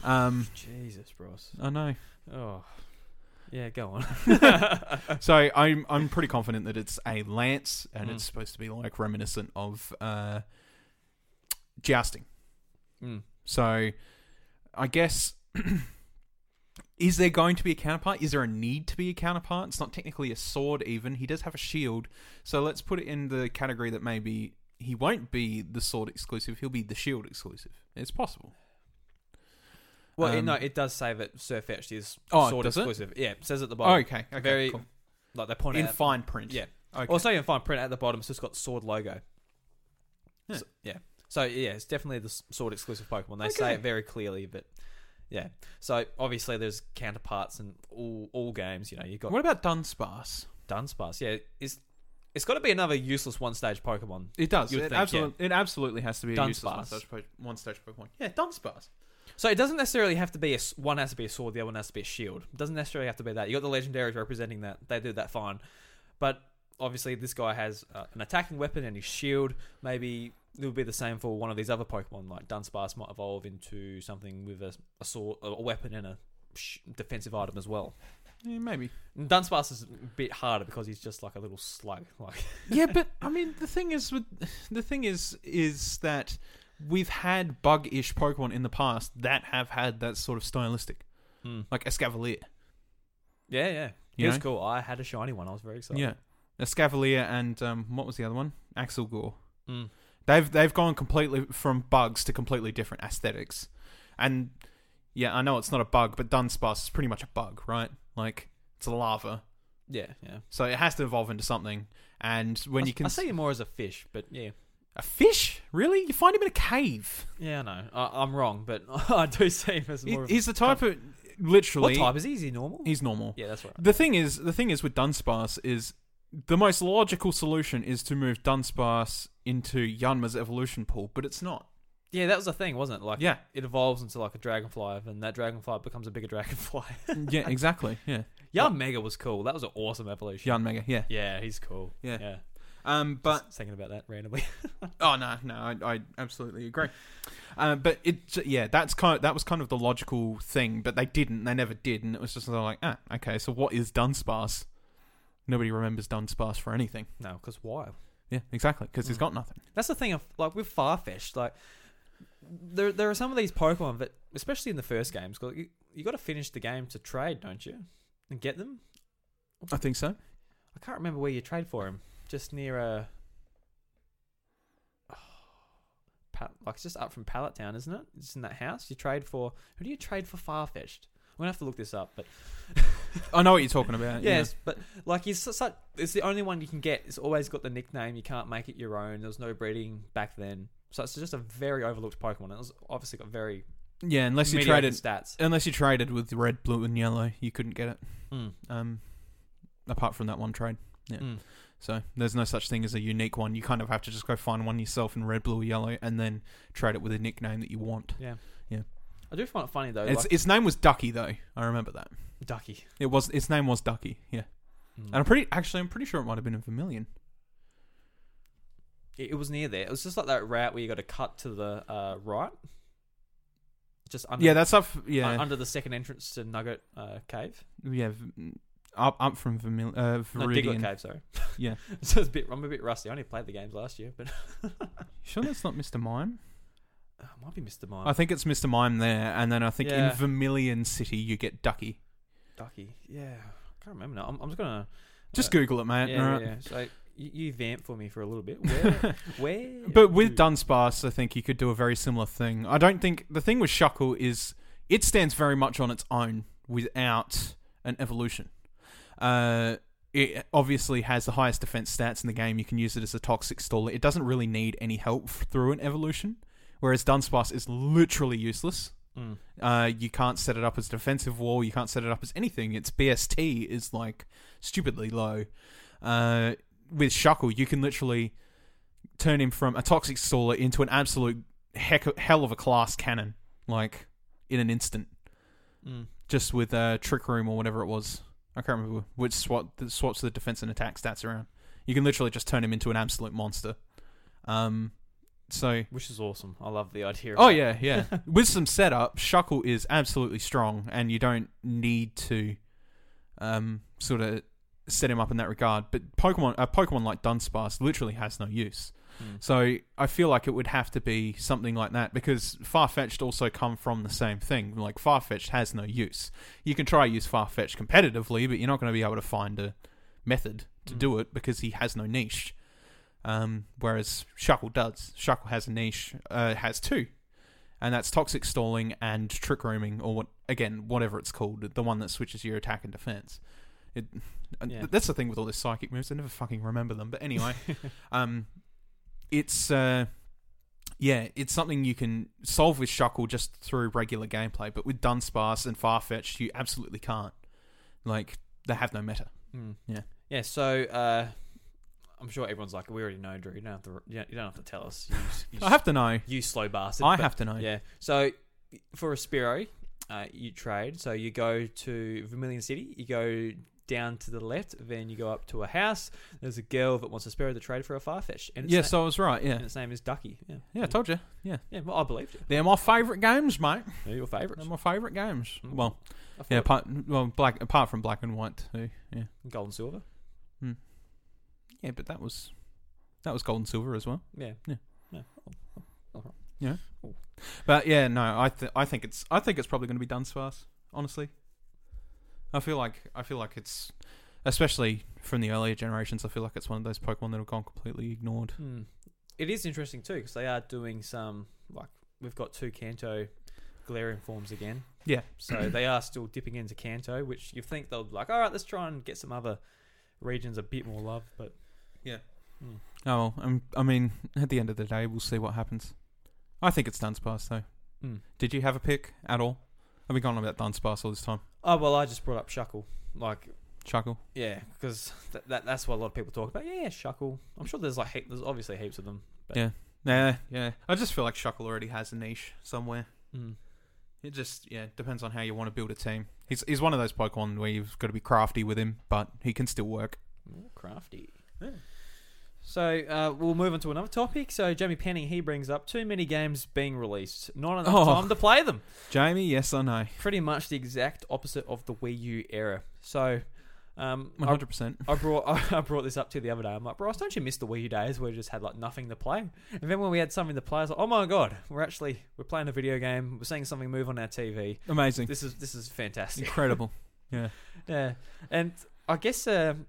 Um,
Jesus, Ross.
I know.
Oh. Yeah, go on.
So I'm I'm pretty confident that it's a lance, and
Mm.
it's supposed to be like reminiscent of uh, jousting.
Mm.
So I guess is there going to be a counterpart? Is there a need to be a counterpart? It's not technically a sword even. He does have a shield. So let's put it in the category that maybe he won't be the sword exclusive, he'll be the shield exclusive. It's possible.
Well, it,
Um,
no, it does say that Surf Etched is
Oh,
sort of
does it?
exclusive. Yeah, it says at the
Oh,
bottom.
okay, okay,
very-
cool.
Like they point
in
out.
fine print.
yeah.
okay.
Also, you can find print at the bottom. It's just got the sword logo.
Yeah.
So, yeah. So yeah, it's definitely the s- sword exclusive Pokemon. They say
Okay.
it very clearly, but yeah. So obviously, there's counterparts in all all games. You know, you have got
what about Dunsparce?
Dunsparce. Yeah, it's it's got to be another useless one stage Pokemon.
It does.
You
It,
would think,
absolutely, it absolutely has to be a useless
Dunsparce.
one stage po- one stage Pokemon. Yeah, Dunsparce.
So it doesn't necessarily have to be a s- one has to be a sword, the other one has to be a shield. It doesn't necessarily have to be that. You got the legendaries representing that. They do that fine, but obviously this guy has uh, an attacking weapon and his shield. Maybe it would be the same for one of these other Pokemon, like Dunsparce might evolve into something with a, a sword, a weapon, and a sh- defensive item as well.
Yeah, maybe.
And Dunsparce is a bit harder because he's just like a little slug. Like
yeah, but I mean, the thing is, with the thing is, is that we've had bug-ish Pokemon in the past that have had that sort of stylistic,
Hmm.
like Escavalier.
yeah, yeah, he
You
was
know?
cool. I had a shiny one. I was very excited.
Yeah, Escavalier and um, what was the other one? Axel Gore.
Mm.
They've they've gone completely from bugs to completely different aesthetics, and yeah, I know it's not a bug, but Dunsparce is pretty much a bug, right? Like it's a lava,
yeah, yeah.
so it has to evolve into something. And when
I,
you can
I see him more as a fish, but yeah.
a fish, really, you find him in a cave.
Yeah, I know. I, I'm wrong, but I do see him as
He-
more. of a-
he's the type of literally
what type is he? Is he normal?
he's normal.
yeah, that's right.
The thing is, the thing is with Dunsparce is the most logical solution is to move Dunsparce into Yanma's evolution pool, but it's not.
Yeah, that was the thing, wasn't it? Like,
Yeah,
it evolves into like a dragonfly, and that dragonfly becomes a bigger dragonfly.
yeah, exactly. Yeah,
Young Mega was cool. That was an awesome evolution.
Yan Mega. Yeah,
Yeah, he's cool.
Yeah.
yeah.
um, but
Just thinking about that randomly.
Oh no, no, I, I absolutely agree. Uh, but it, j- yeah, that's kind. Of, that was kind of the logical thing, but they didn't. They never did, and it was just sort of like, ah, okay. So what is Dunsparce? Nobody remembers Dunsparce for anything.
no, because why?
Yeah, exactly, because he's got nothing.
That's the thing. Of, like with Farfetch, like there there are some of these Pokemon that, especially in the first games, 'cause you you got to finish the game to trade, don't you, and get them.
I think so.
I can't remember where you trade for him. Just near uh, a. Pal- like it's just up from Pallet Town, isn't it? It's in that house. You trade for who do you trade for? Farfetched. I'm gonna have to look this up, but
I know what you're talking about. yeah.
yes, but like he's su- such. It's the only one you can get. It's always got the nickname. You can't make it your own. There was no breeding back then, so it's just a very overlooked Pokemon. It was obviously got very
yeah, unless you
mediocre
traded,
stats.
unless you traded with red, blue, and yellow, you couldn't get it.
Mm,
Um, apart from that one trade. Yeah.
mm.
So there's no such thing as a unique one. You kind of have to just go find one yourself in red, blue, or yellow, and then trade it with a nickname that you want.
I do find it funny though.
Its
like,
its name was Ducky though. I remember that.
Ducky.
It was its name was Ducky. Yeah,
Mm.
and I'm pretty actually I'm pretty sure it might have been a Vermilion.
It, it was near there. It was just like that route where you got to cut to the uh, right, just under.
yeah, that's up.
u-
Yeah,
under the second entrance to Nugget uh, Cave.
yeah, v- up up from Vermil- uh,
No, Diglett
Viridian.
Cave. Sorry.
Yeah.
so it's a bit. I'm a bit rusty. I only played the games last year, but
sure, that's not Mister Mime.
uh, might be Mr. Mime.
I think it's Mister Mime there, and then I think
Yeah.
in Vermilion City you get Ducky.
Ducky. Yeah. I can't remember now. I'm, I'm just gonna.
Just
uh,
Google it,
Yeah,
mate.
yeah,
alright?
yeah. So you, you vamp for me for a little bit. Where? where
But with
do-
Dunsparce, I think you could do a very similar thing. I don't think the thing with Shuckle is it stands very much on its own without an evolution. Uh, it obviously has the highest defense stats in the game. You can use it as a toxic staller. It doesn't really need any help f- through an evolution, whereas Dunsparce is literally useless.
Mm.
Uh, you can't set it up as a defensive wall. You can't set it up as anything. Its BST is like stupidly low. Uh, with Shuckle, you can literally turn him from a toxic staller into an absolute heck, hell of a class cannon, like in an instant,
Mm.
just with uh, Trick Room or whatever it was. I can't remember which swap that swaps the defense and attack stats around. You can literally just turn him into an absolute monster. Um, so
Which is awesome. I love the idea. of
Oh
that.
yeah, yeah. With some setup, Shuckle is absolutely strong, and you don't need to um, sort of set him up in that regard. But Pokemon, a Pokemon like Dunsparce literally has no use.
Mm.
So I feel like it would have to be something like that because Farfetch'd also come from the same thing. Like Farfetch'd has no use. You can try use Farfetch'd competitively, but you're not going to be able to find a method to
Mm.
do it because he has no niche. Um, whereas Shuckle does. Shuckle has a niche. Uh, has two, and that's toxic stalling and trick rooming, or what again, whatever it's called, the one that switches your attack and defense. It, and
Yeah.
th- That's the thing with all these psychic moves; I never fucking remember them. But anyway, um, it's uh, yeah, it's something you can solve with Shuckle just through regular gameplay, but with Dunsparce and Farfetch'd, you absolutely can't. Like they have no meta.
Mm.
Yeah.
Yeah. So uh, I'm sure everyone's like, we already know, Drew. You don't have to. You don't- you don't have to tell us. You, you,
I have to know.
you slow bastard.
I
But-
have to know.
Yeah. So for a Spiro, uh, you trade. So you go to Vermilion City. You go down to the left. Then you go up to a house. There's a girl that wants a Spiro to trade for a Farfetch. And its
Yeah,
na-
so I was right. Yeah,
and its name is Ducky. Yeah.
yeah, I told you. Yeah,
yeah. Well, I believed it.
they're my favourite games, mate.
They're your
They're
favourites.
my favourite games.
Mm.
Well,
I thought
yeah, apart well black apart from black and white too. Yeah,
Gold and silver.
yeah, but that was that was gold and silver as well.
Yeah.
Yeah.
Yeah. All right.
But yeah, no, I th- I think it's I think it's probably going to be Dunsparce. Honestly, I feel like I feel like it's especially from the earlier generations. I feel like it's one of those Pokemon that have gone completely ignored.
Hmm. It is interesting too because they are doing some like we've got two Kanto Galarian forms again.
Yeah.
So they are still dipping into Kanto, which you think they'll be like, all right, let's try and get some other regions a bit more love. But
Oh, well, i I mean, at the end of the day, we'll see what happens. I think it's Dunsparce though.
Hmm.
Did you have a pick at all? I've been going on about Dunsparce all this time.
oh well, I just brought up Shuckle, like
Chuckle.
yeah, because that, that that's what a lot of people talk about. Yeah, yeah, Shuckle. I'm sure there's like he- there's obviously heaps of them. But,
Yeah. Nah, yeah. I just feel like Shuckle already has a niche somewhere.
Mm.
It just yeah depends on how you want to build a team. He's he's one of those Pokemon where you've got to be crafty with him, but he can still work.
Ooh, crafty.
Yeah.
So uh, we'll move on to another topic. So Jamie Penny he brings up too many games being released, not enough
Oh.
time to play them.
Jamie, yes I know,
pretty much the exact opposite of the Wii U era. So, um,
one
I,
hundred percent.
I brought I brought this up to you the other day. I'm like, bros, don't you miss the Wii U days where you just had like nothing to play? And then when we had something to play, I was like, oh my god, we're actually we're playing a video game, we're seeing something move on our TV.
Amazing,
This is this is fantastic.
incredible. Yeah,
Yeah, and I guess um,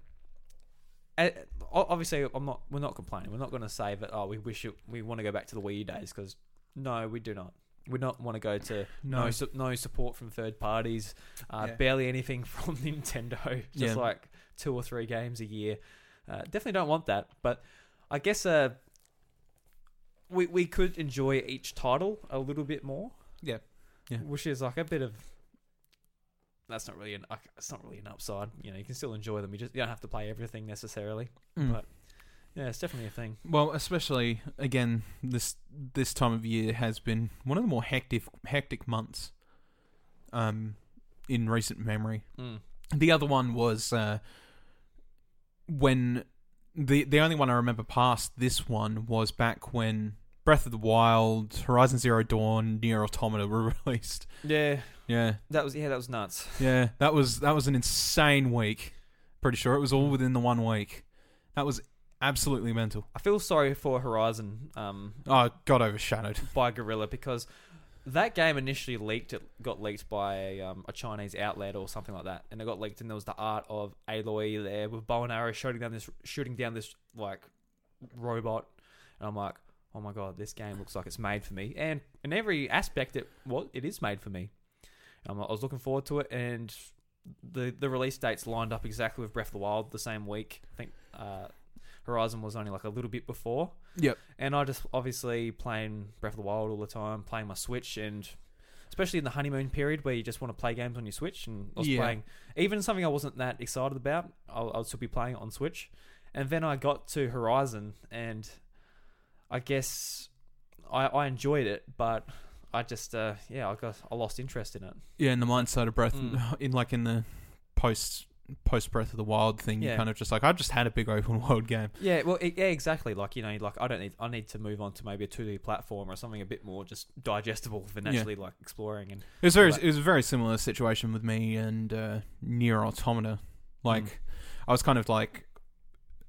a- o- obviously I'm not. We're not complaining. We're not going to say that. Oh, we wish it, we want to go back to the Wii U days because no, we do not. We not want to go to no
No.
su- no support from third parties, uh,
Yeah.
barely anything from Nintendo.
Yeah.
Just like two or three games a year. Uh, definitely don't want that. But I guess uh, we we could enjoy each title a little bit more.
Yeah. Yeah.
Which is like a bit of that's not really an uh, it's not really an upside. You know, you can still enjoy them. You just you don't have to play everything necessarily.
Mm.
But- Yeah, it's definitely a thing.
well, especially again this this time of year has been one of the more hectic hectic months, um, in recent memory.
Mm.
The other one was uh, when the the only one I remember past this one was back when Breath of the Wild, Horizon Zero Dawn, Near Automata were released.
Yeah,
Yeah,
that was yeah, that was nuts.
yeah, that was that was an insane week. Pretty sure it was all within the one week. That was absolutely mental.
I feel sorry for Horizon um,
Oh, it got overshadowed.
by Gorilla because that game initially leaked. It got leaked by a, um, a Chinese outlet or something like that, and it got leaked. And there was the art of Aloy there with bow and arrow shooting down this shooting down this like robot, and I'm like, oh my god, this game looks like it's made for me. And in every aspect, it well, it is made for me. Um, I was looking forward to it, and the the release dates lined up exactly with Breath of the Wild the same week. I think uh, Horizon was only like a little bit before.
Yep.
And I just obviously playing Breath of the Wild all the time, playing my Switch, and especially in the honeymoon period where you just want to play games on your Switch. And I was
Yeah.
playing even something I wasn't that excited about. I would still be playing it on Switch. And then I got to Horizon, and I guess I, I enjoyed it, but I just uh, yeah, I got I lost interest in it.
Yeah, in the mindset of Breath,
Mm.
in like in the post post Breath of the Wild thing,
Yeah.
you kind of just like I just had a big open world game.
Yeah, well, it, yeah, exactly. Like you know, like I don't need I need to move on to maybe a two D platform or something a bit more just digestible than
Yeah.
actually like exploring and
It was very,
Like-
it was a very similar situation with me and uh, Near Automata. Like,
Mm.
I was kind of like,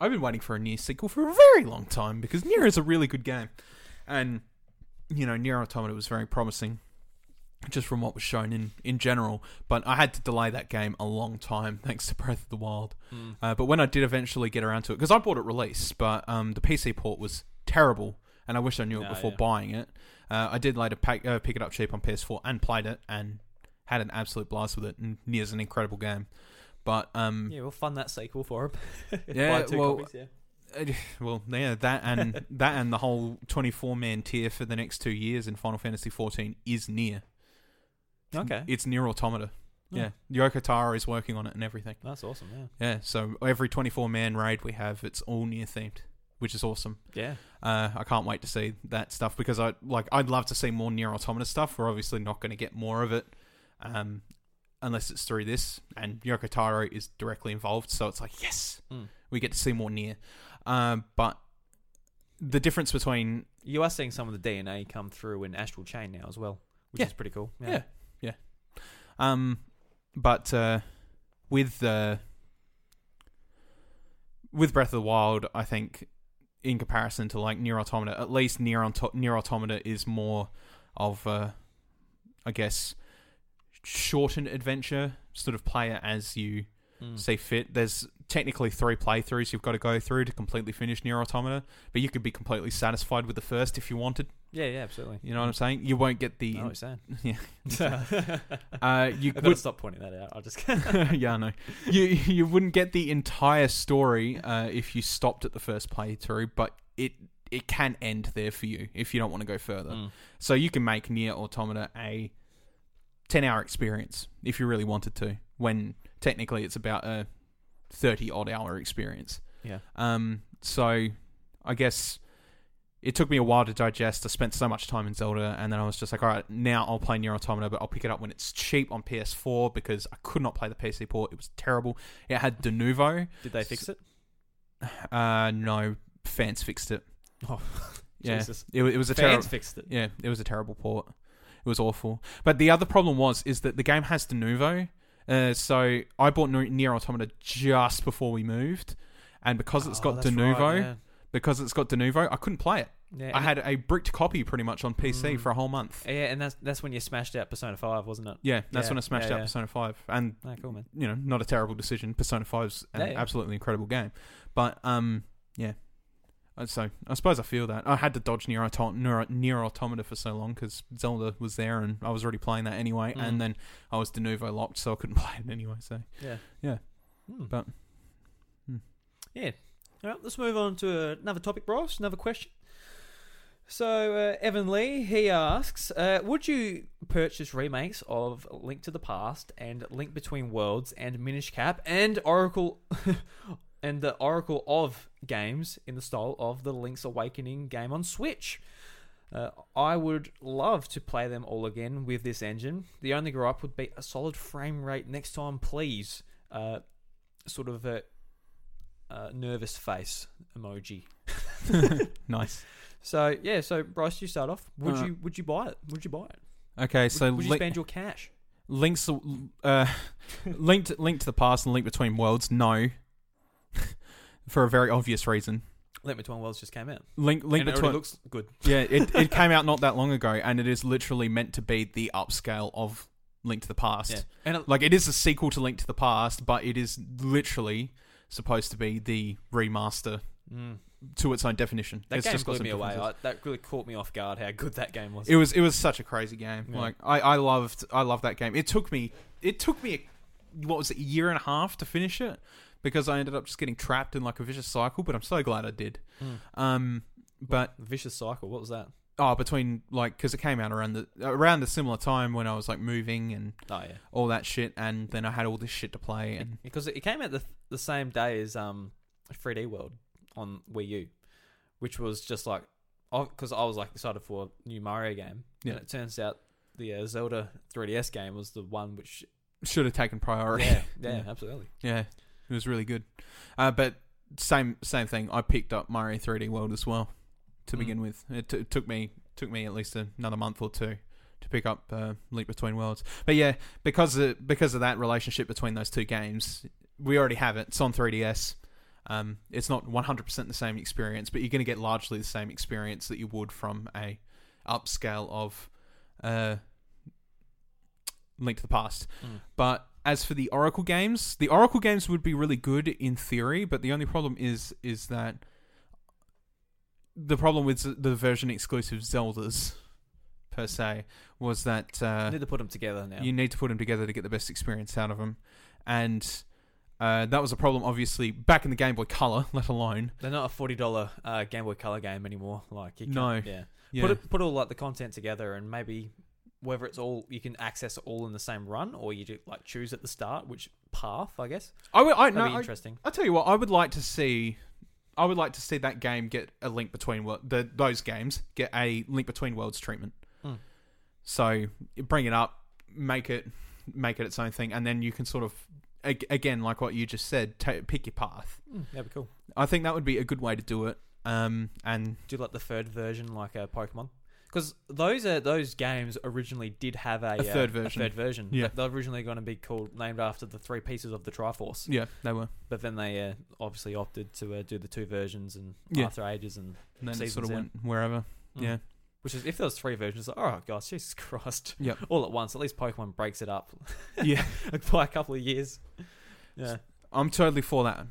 I've been waiting for a Near sequel for a very long time because Near is a really good game, and you know, Near Automata was very promising, just from what was shown in in general. But I had to delay that game a long time thanks to Breath of the Wild.
hmm.
Uh, but when I did eventually get around to it, because I bought it release, but um, the PC port was terrible, and I wish I knew it
No,
before
Ah, yeah.
buying it. Uh, I did later pack, uh, pick it up cheap on PS4 and played it and had an absolute blast with it. And Nier's an incredible game, but um,
Yeah, we'll fund that sequel for him.
Yeah,
Buy two
well,
copies, yeah.
well, yeah, that and that and the whole 24 man tier for the next two years in Final Fantasy 14 is near.
Okay,
It's near Automata.
Oh.
Yeah, Yoko Taro is working on it and everything.
that's awesome. Yeah,
Yeah, so every 24 man raid we have, it's all near themed, which is awesome.
yeah.
Uh, I can't wait to see that stuff because I like I'd love to see more near automata stuff. We're obviously not going to get more of it, um, unless it's through this. And Yoko Taro is directly involved, so it's like yes,
Mm.
we get to see more near. Um, but the difference between
You are seeing some of the DNA come through in Astral Chain now as well, which
Yeah.
is pretty cool.
Yeah. Um, but uh, with uh, with Breath of the Wild, I think in comparison to like Near Automata, at least Near, Auto- Near Automata is more of, uh, I guess, shortened adventure sort of player as you
Mm.
see fit. There's technically three playthroughs you've got to go through to completely finish Near Automata, but you could be completely satisfied with the first if you wanted.
yeah, yeah, absolutely.
You know what I'm saying? You won't get the
I know what you're saying.
Yeah.
Yeah.
uh, you
I better
would-
stop pointing that out. I'll just. Hmm.
yeah, I know. You you wouldn't get the entire story uh, if you stopped at the first playthrough, but it it can end there for you if you don't want to go further.
Mm.
So you can make Near Automata a ten hour experience if you really wanted to. When technically it's about a thirty odd hour experience.
Yeah.
Um. So I guess it took me a while to digest. I spent so much time in Zelda, and then I was just like, all right, now I'll play Near Automata, but I'll pick it up when it's cheap on PS4 because I could not play the PC port. It was terrible. It had Denuvo.
Did they fix it?
Uh, no, fans fixed it.
Oh,
Yeah,
Jesus.
it, wa- it was a terrible.
Fans fixed it.
Yeah, it was a terrible port. It was awful. But the other problem was is that the game has Denuvo. Uh, so I bought Ne- Nier Automata just before we moved, and because it's
Oh,
got
that's right,
Denuvo, because it's got Denuvo, I couldn't play it.
yeah. Yeah,
I
and-
had a bricked copy pretty much on PC
Mm.
for a whole month.
Yeah, and that's that's when you smashed out Persona Five, wasn't it?
Yeah, that's
Yeah,
when I smashed
yeah,
out
yeah.
Persona 5. And,
Oh, cool, man.
you know, not a terrible decision. Persona 5's an
Yeah, yeah.
absolutely incredible game. But, um, yeah. Uh, So I suppose I feel that. I had to dodge Near, Auto- Near, Near Automata for so long because Zelda was there and I was already playing that anyway.
Mm.
And then I was de novo locked, so I couldn't play it anyway. So,
Yeah.
Yeah.
Hmm.
But- hmm.
Yeah. All right, let's move on to another topic, Bryce. Another question. So, uh, Evan Lee, he asks uh, Would you purchase remakes of Link to the Past and Link Between Worlds and Minish Cap and Oracle and the Oracle of games in the style of the Link's Awakening game on Switch? Uh, I would love to play them all again with this engine. The only gripe would be a solid frame rate next time, please. Uh, sort of a uh, nervous face emoji.
nice.
So yeah, so Bryce, you start off. Would
Uh,
you would you buy it? Would you buy it?
Okay,
Would,
so
would you
Lin-
spend your cash?
links, uh, linked, linked to the past and linked between worlds. No, for a very obvious reason.
Link Between Worlds just came out.
Link, link
and it
between
already looks good.
Yeah, it, it came out not that long ago, and it is literally meant to be the upscale of Link to the Past.
Yeah, and it,
Like, it is a sequel to Link to the Past, but it is literally supposed to be the remaster
mm,
to its own definition.
that
It's
game
just got
blew
some
me away.
differences.
I, that really caught me off guard. How good that game was.
It was it was such a crazy game.
Yeah.
Like I, I loved I loved that game. It took me it took me a, what was it a year and a half to finish it because I ended up just getting trapped in like a vicious cycle. But I'm so glad I did.
Mm.
Um, but
Vicious Cycle. What was that?
oh, between like because it came out around the around the similar time when I was like moving and
Oh yeah,
all that shit, and then I had all this shit to play, and
because it came out the the same day as um 3D World on Wii U, which was just like because I was like excited for a new Mario game,
Yeah.
and it turns out the uh, Zelda 3DS game was the one which
should have taken priority.
yeah yeah,
Yeah.
absolutely
Yeah, it was really good. Uh, but same same thing. I picked up Mario 3D World as well to
Mm.
begin with. It, t- it took me took me at least another month or two to pick up uh, Link Between Worlds. But yeah, because of, because of that relationship between those two games, we already have it. It's on 3DS. Um, it's not 100% the same experience, but you're going to get largely the same experience that you would from a upscale of uh, Link to the Past.
Mm.
But as for the Oracle games, the Oracle games would be really good in theory, but the only problem is is that the problem with the version exclusive Zeldas per se was that
I
uh,
need to put them together now.
you need to put them together to get the best experience out of them, and uh, that was a problem. Obviously, back in the Game Boy Color, let alone
They're not a forty dollar uh, Game Boy Color game anymore. Like you can,
No.
yeah.
yeah,
Put it, put all like the content together, and maybe whether it's all you can access it all in the same run, or you do, like choose at the start which path. I guess
I would. I,
that'd
no,
be
I,
interesting.
I tell you what, I would like to see. I would like to see that game get a link between wor- the those games get a link between worlds treatment.
Hmm.
So bring it up, make it make it its own thing, and then you can sort of ag- again like what you just said, ta pick your path.
Mm, that'd be cool.
I think that would be a good way to do it. Um, and
Do like the third version, like a Pokemon, because those are those games originally did have a,
A
uh,
third version.
A third version.
Yeah.
They- They're originally going to be called named after the three pieces of the Triforce,
yeah, they were.
but then they uh, obviously opted to uh, do the two versions and
Yeah.
after ages and
And then it sort of
Seasons out.
went wherever.
Mm.
Yeah,
Which is, if there was three versions, like, oh gosh, Jesus Christ,
Yep.
all at once. At least Pokemon breaks it up,
Yeah.
by a couple of years. Yeah,
I'm totally for that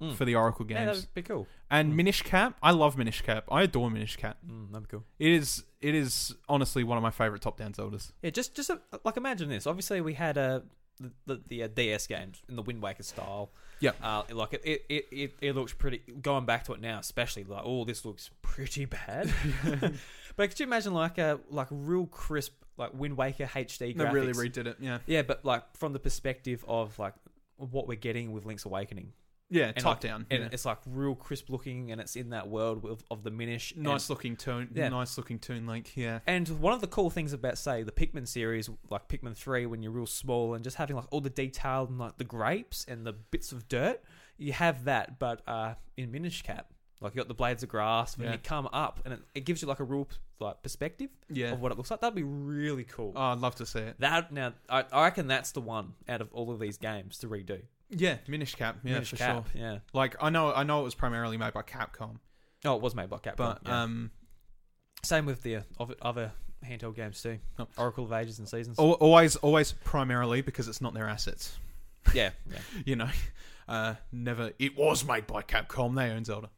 Mm.
for the Oracle games.
yeah, that'd be cool.
and
Mm.
Minish Cap, I love Minish Cap. I adore Minish Cap.
Mm, that'd be cool.
It is it is honestly one of my favorite top down Zeldas.
Yeah, just just uh like imagine this. Obviously, we had uh, the the, the uh, DS games in the Wind Waker style.
Yep.
uh, like it it, it it it looks pretty. Going back to it now, especially like, oh, this looks pretty bad. but could you imagine like a like real crisp like Wind Waker HD graphics?
They really redid it. Yeah,
yeah, but like from the perspective of like what we're getting with Link's Awakening.
yeah, top
like-
down.
and
yeah.
it's like real crisp looking, and it's in that world of, of the Minish. and-
Nice looking tune.
Yeah.
Nice looking tune link. Yeah.
And, one of the cool things about say the Pikmin series, like Pikmin three, when you're real small and just having like all the detail and like the grapes and the bits of dirt, you have that, but uh, in Minish Cap, like you got the blades of grass, and
Yeah.
you come up, and it, it gives you like a real like perspective
Yeah.
of what it looks like. That'd be really cool.
Oh, I'd love to see it.
that now, I, I reckon that's the one out of all of these games to redo.
Yeah, Minish Cap. Yeah,
Minish
for
Cap,
sure.
yeah.
Like I know, I know it was primarily made by Capcom,
Oh, it was made by Capcom.
but
yeah.
um,
Same with the uh, other- other handheld games too.
Oh.
Oracle of Ages and Seasons.
al- always, always primarily because it's not their assets.
Yeah, yeah.
You know, uh, never. It was made by Capcom. They own Zelda.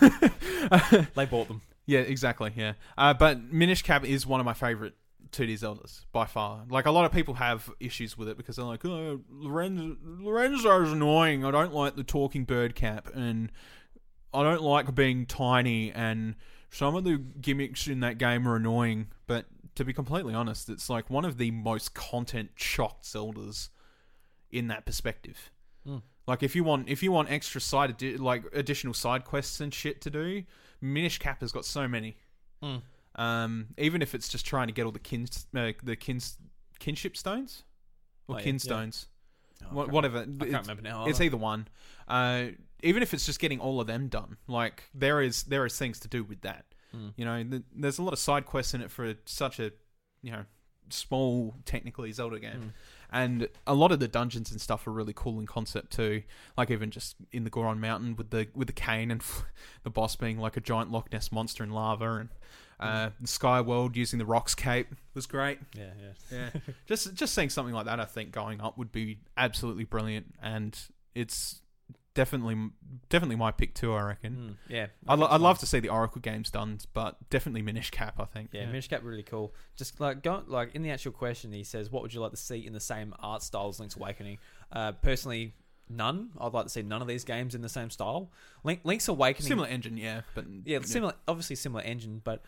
they bought them.
Yeah, exactly. Yeah, uh, but Minish Cap is one of my favorite 2D Zeldas by far. Like a lot of people have issues with it because they're like, "Oh, Lorenzo, Lorenzo's annoying. I don't like the talking bird cap, and I don't like being tiny, and some of the gimmicks in that game are annoying." But to be completely honest, it's like one of the most content shocked Zeldas in that perspective.
Mm.
Like if you want if you want extra side addi- like additional side quests and shit to do, Minish Cap has got so many.
Mm.
Um, even if it's just trying to get all the kin uh, the kin kinship stones or
Oh, yeah,
kin
yeah.
stones,
Oh,
Wha-
I can't-
whatever.
I
It's-
can't remember now.
it's
either.
either one. Uh, even if it's just getting all of them done, like there is there is things to do with that.
Mm.
You know, th- there's a lot of side quests in it for such a you know small technically Zelda game,
Mm.
and a lot of the dungeons and stuff are really cool in concept too. Like even just in the Goron Mountain with the with the cane and the boss being like a giant Loch Ness monster in lava and. Uh, Sky World using the rocks cape was great.
Yeah, yeah.
Yeah, just just seeing something like that, I think going up would be absolutely brilliant, and it's definitely definitely my pick too. I reckon.
Mm, yeah.
I lo-
think
I'd
so.
love to see the Oracle games done, but definitely Minish Cap. I think.
Yeah, Minish Cap really cool. Just like go like in the actual question, he says, "What would you like to see in the same art style as Link's Awakening?" Uh, personally, none. I'd like to see none of these games in the same style. Link, Link's Awakening,
similar engine. Yeah, but
yeah, similar, obviously similar engine, but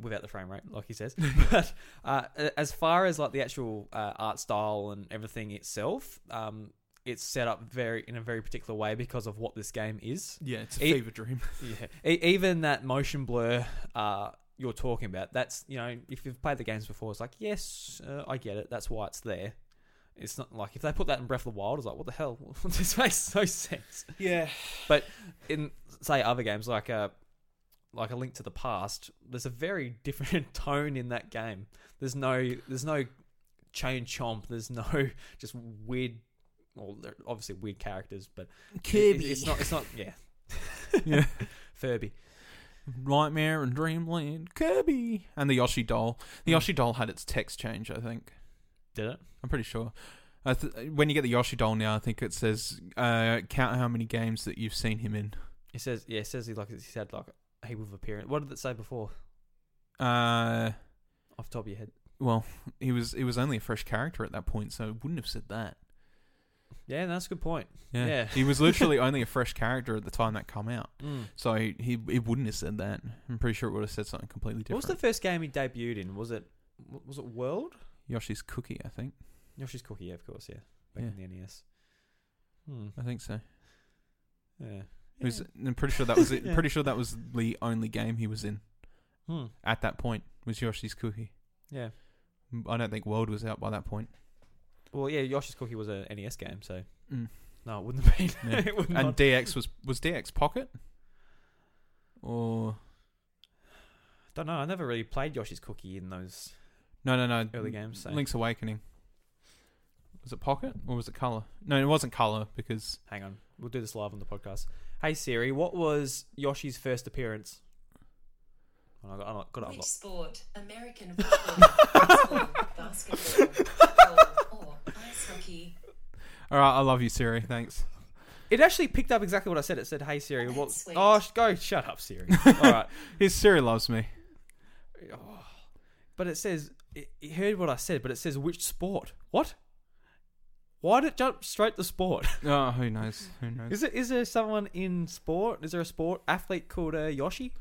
without the frame rate, like he says. but uh, as far as like the actual uh, art style and everything itself, um, it's set up very in a very particular way because of what this game is.
Yeah, it's a
It-
fever dream.
Yeah, e- even that motion blur uh, you're talking about, that's you know, if you've played the games before, it's like yes, uh, I get it. That's why it's there. It's not like if they put that in Breath of the Wild, it's like what the hell? this makes no sense
Yeah,
in say other games like a like a link to the past there's a very different tone in that game there's no there's no chain chomp there's no just weird well they're obviously weird characters but it- it- it's not it's not yeah
Yeah.
furby
Nightmare and Dreamland, Kirby, and the Yoshi doll. The
Mm.
Yoshi doll had its text change. I think.
did it
I'm pretty sure. I th- when you get the Yoshi doll now, I think it says uh, count how many games that you've seen him in.
he says yeah it says he like he said like heap of appearance. What did it say before?
Uh,
Off the top of your head.
well, he was he was only a fresh character at that point, so it wouldn't have said that.
Yeah, that's a good point.
Yeah,
Yeah.
he was literally only a fresh character at the time that come out,
Mm.
so he he, he wouldn't have said that. I'm pretty sure it would have said something completely
What
different.
was the first game he debuted in? Was it was it World?
Yoshi's Cookie? I think
Yoshi's Cookie, yeah, of course, yeah. Back
Yeah.
in the E NES. Hmm.
I think so.
Yeah.
It was, I'm pretty sure that was it.
Yeah.
Pretty sure that was the only game he was in
Hmm.
at that point was Yoshi's Cookie.
Yeah.
I don't think World was out by that point.
Well, yeah, Yoshi's Cookie was a NES game, so
Mm.
no, it wouldn't have been.
Yeah.
it would
And
not.
DX was was DX Pocket, or
Don't know. I never really played Yoshi's Cookie in those
no no no
early games. So
Link's Awakening. Was it Pocket or was it Color? No, it wasn't Color because
hang on, we'll do this live on the podcast. Hey Siri, what was Yoshi's first appearance? Oh, I got, I got it
Which
unlocked.
sport? American football, baseball, basketball, football, or ice hockey?
all right, I love you Siri. Thanks.
It actually picked up exactly what I said. It said, "Hey Siri, what?"
That's sweet.
Oh, sh- go shut up, Siri. All right.
His Siri loves me.
Oh. But it says it, it heard what I said, but it says which sport? What? Why did it jump straight to sport?
Oh, who knows? Who knows?
Is it is there someone in sport? Is there a sport athlete called uh, Yoshi?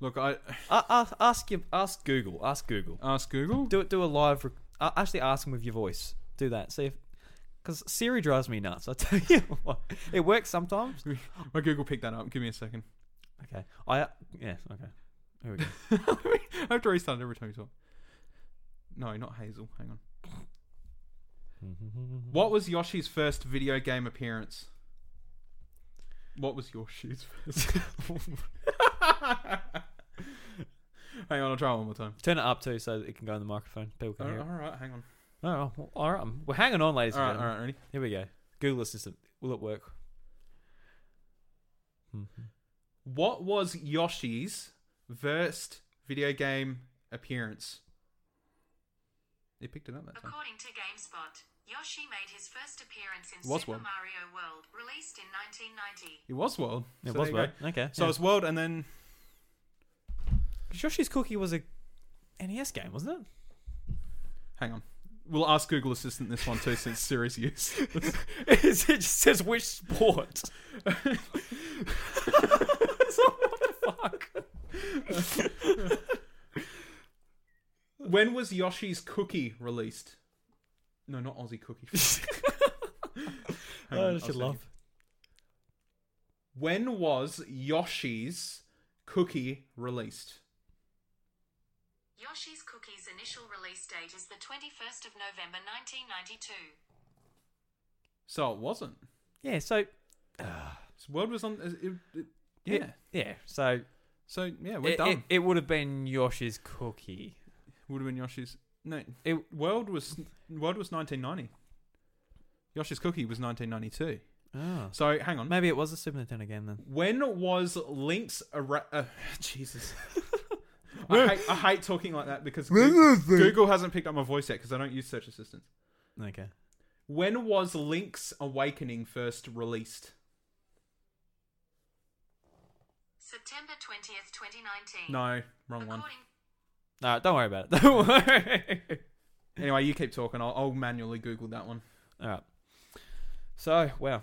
Look, I
Uh, uh, ask your, ask Google. Ask Google.
ask Google.
Do it. Do a live. Rec- uh, actually, ask him with your voice. Do that. See if. Because Siri drives me nuts. I tell you what, it works sometimes.
My Google picked that up. Give me a second.
Okay. I yeah. Okay. Here we go.
I have to restart every time you talk. No, not Hazel. Hang on. What was Yoshi's first video game appearance? What was Yoshi's first? hang on, I'll try it one more time.
Turn it up too, so that it can go in the microphone. People can
All
hear
right,
it.
all right hang on.
Oh, well, all right. I'm- We're hanging on, ladies
All
and
right, all
gentlemen.
right, ready?
Here we go. Google Assistant. Will it work? Mhm.
What was Yoshi's first video game appearance? It picked it up that time.
According to GameSpot, Yoshi made his first appearance in
Was
Super
one.
Mario World, released in 1990.
It was World.
It
So
was
there you
work.
go.
Okay.
So
yeah.
it's World, and then
'Cause Yoshi's Cookie was a NES game, wasn't it?
hang on. We'll ask Google Assistant this one too, since Siri's use.
it just says which sport.
When was Yoshi's Cookie released? No, not Aussie Cookie. Hang on,
I
I'll
should
say
Oh, laugh.
it. When was Yoshi's Cookie released?
Yoshi's Cookie's initial release date is the 21st of November 1992.
So it wasn't.
Yeah. So
So World was on. It, it, yeah.
yeah, yeah. So
So yeah, we're
it,
done.
it, it would have been Yoshi's Cookie.
Would have been Yoshi's. No,
It-
World was World was 1990. Yoshi's Cookie was 1992.
Oh.
So hang on.
Maybe it was a Super Nintendo game then.
When was Link's Ara- uh, Jesus? I, hate, I hate talking like that because Google, Google hasn't picked up my voice yet because I don't use search assistants.
Okay.
When was Link's Awakening first released?
September 20th, 2019.
No, wrong one.
According
All right. Don't worry about it. Don't worry.
Anyway, you keep talking. I'll, I'll manually Google that one.
All right. So wow.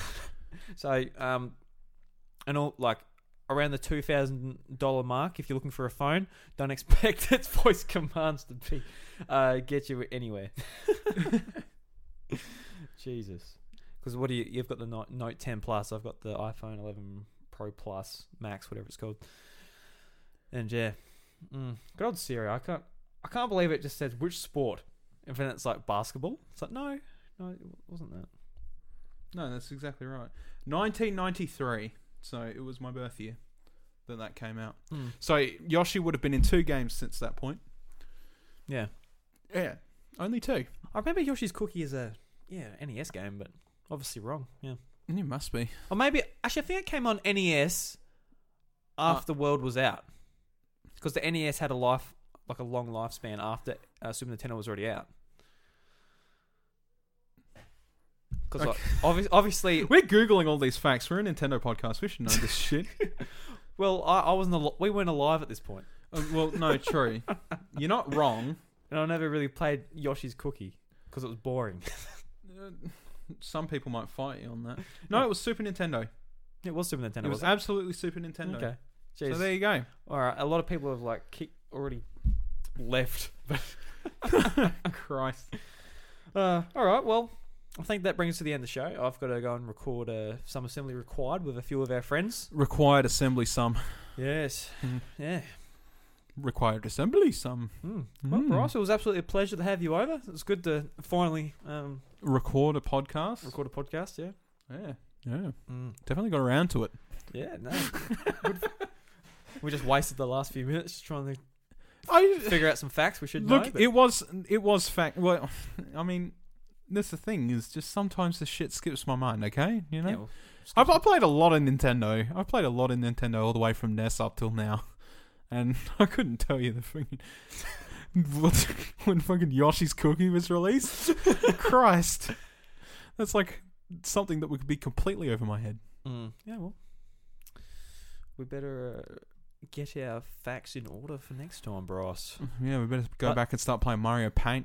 so um, and all like around the two thousand dollar mark. If you're looking for a phone, don't expect its voice commands to be uh, get you anywhere. Jesus, because what do you? You've got the Note, Note ten Plus. I've got the iPhone eleven Pro Plus Max, whatever it's called. And yeah, mm, good old Siri. I can't. I can't believe it just says which sport, and then it's like basketball. It's like no, no, it wasn't that.
No, that's exactly right. 1993. So it was my birth year that that came out.
Hmm.
So Yoshi would have been in two games since that point.
Yeah,
Yeah, only two.
I remember Yoshi's Cookie is a yeah NES game, but obviously wrong. Yeah,
And it must be.
or maybe actually I think it came on NES after World was out, because the NES had a life like a long lifespan after uh, Super Nintendo was already out. Because obviously,
We're googling all these facts. We're a Nintendo podcast. We should know this shit.
Well, I, I wasn't. Al- we weren't alive at this point,
Uh, well, no, true. You're not wrong.
and I never really played Yoshi's Cookie because it was boring.
Uh, Some people might fight you on that. No, it was Super Nintendo.
it was Super Nintendo.
It was
wasn't
absolutely Super Nintendo.
okay. Jeez.
So there you go.
All right. A lot of people have like kicked already left.
Christ.
Uh, all right. Well, I think that brings us to the end of the show. I've got to go and record uh, some assembly required with a few of our friends.
Required assembly sum.
Yes.
Mm.
Yeah.
Required assembly sum.
Mm. Well,
Mm.
Bryce, it was absolutely a pleasure to have you over. It's good to finally um,
Record a podcast.
record a podcast. Yeah.
yeah. Yeah.
Mm.
Definitely got around to it.
Yeah. No. Good f- we just wasted the last few minutes trying to
I
figure out some facts we should know.
Look,
but-
it was it was fact. Well, I mean, that's the thing is just sometimes the shit skips my mind. Okay, you know.
Yeah, well,
I, I played a lot of Nintendo. I played a lot of Nintendo all the way from NES up till now, and I couldn't tell you the fucking what when fucking Yoshi's Cookie was released. Christ, that's like something that would be completely over my head.
Mm. Yeah, well, we better uh, get our facts in order for next time, Bryce.
Yeah, we better go
But-
back and start playing Mario Paint.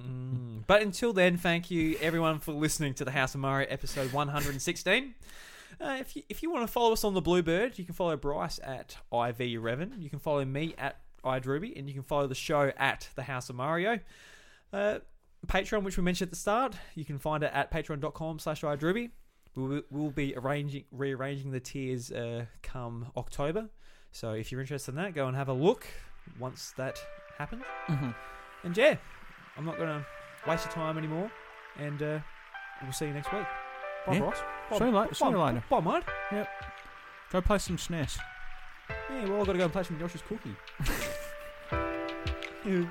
Mm. But until then, thank you everyone for listening to the House of Mario episode 116. Uh, if you if you want to follow us on the Bluebird, you can follow Bryce at IV Revan. You can follow me at iDruby, and you can follow the show at the House of Mario. Uh, Patreon, which we mentioned at the start, you can find it at patreon.com slash iDruby. We will we'll be arranging rearranging the tiers uh, come October. So if you're interested in that, go and have a look once that happens. And yeah, I'm not going to waste your time anymore. And uh, we'll see you next week. Bye,
Yeah.
Ross. Bye,
See you la-
bye,
see you later.
Bye, mate.
Go play some E SNES.
Yeah, well, I've got to go and play some Yoshi's Cookie. yeah.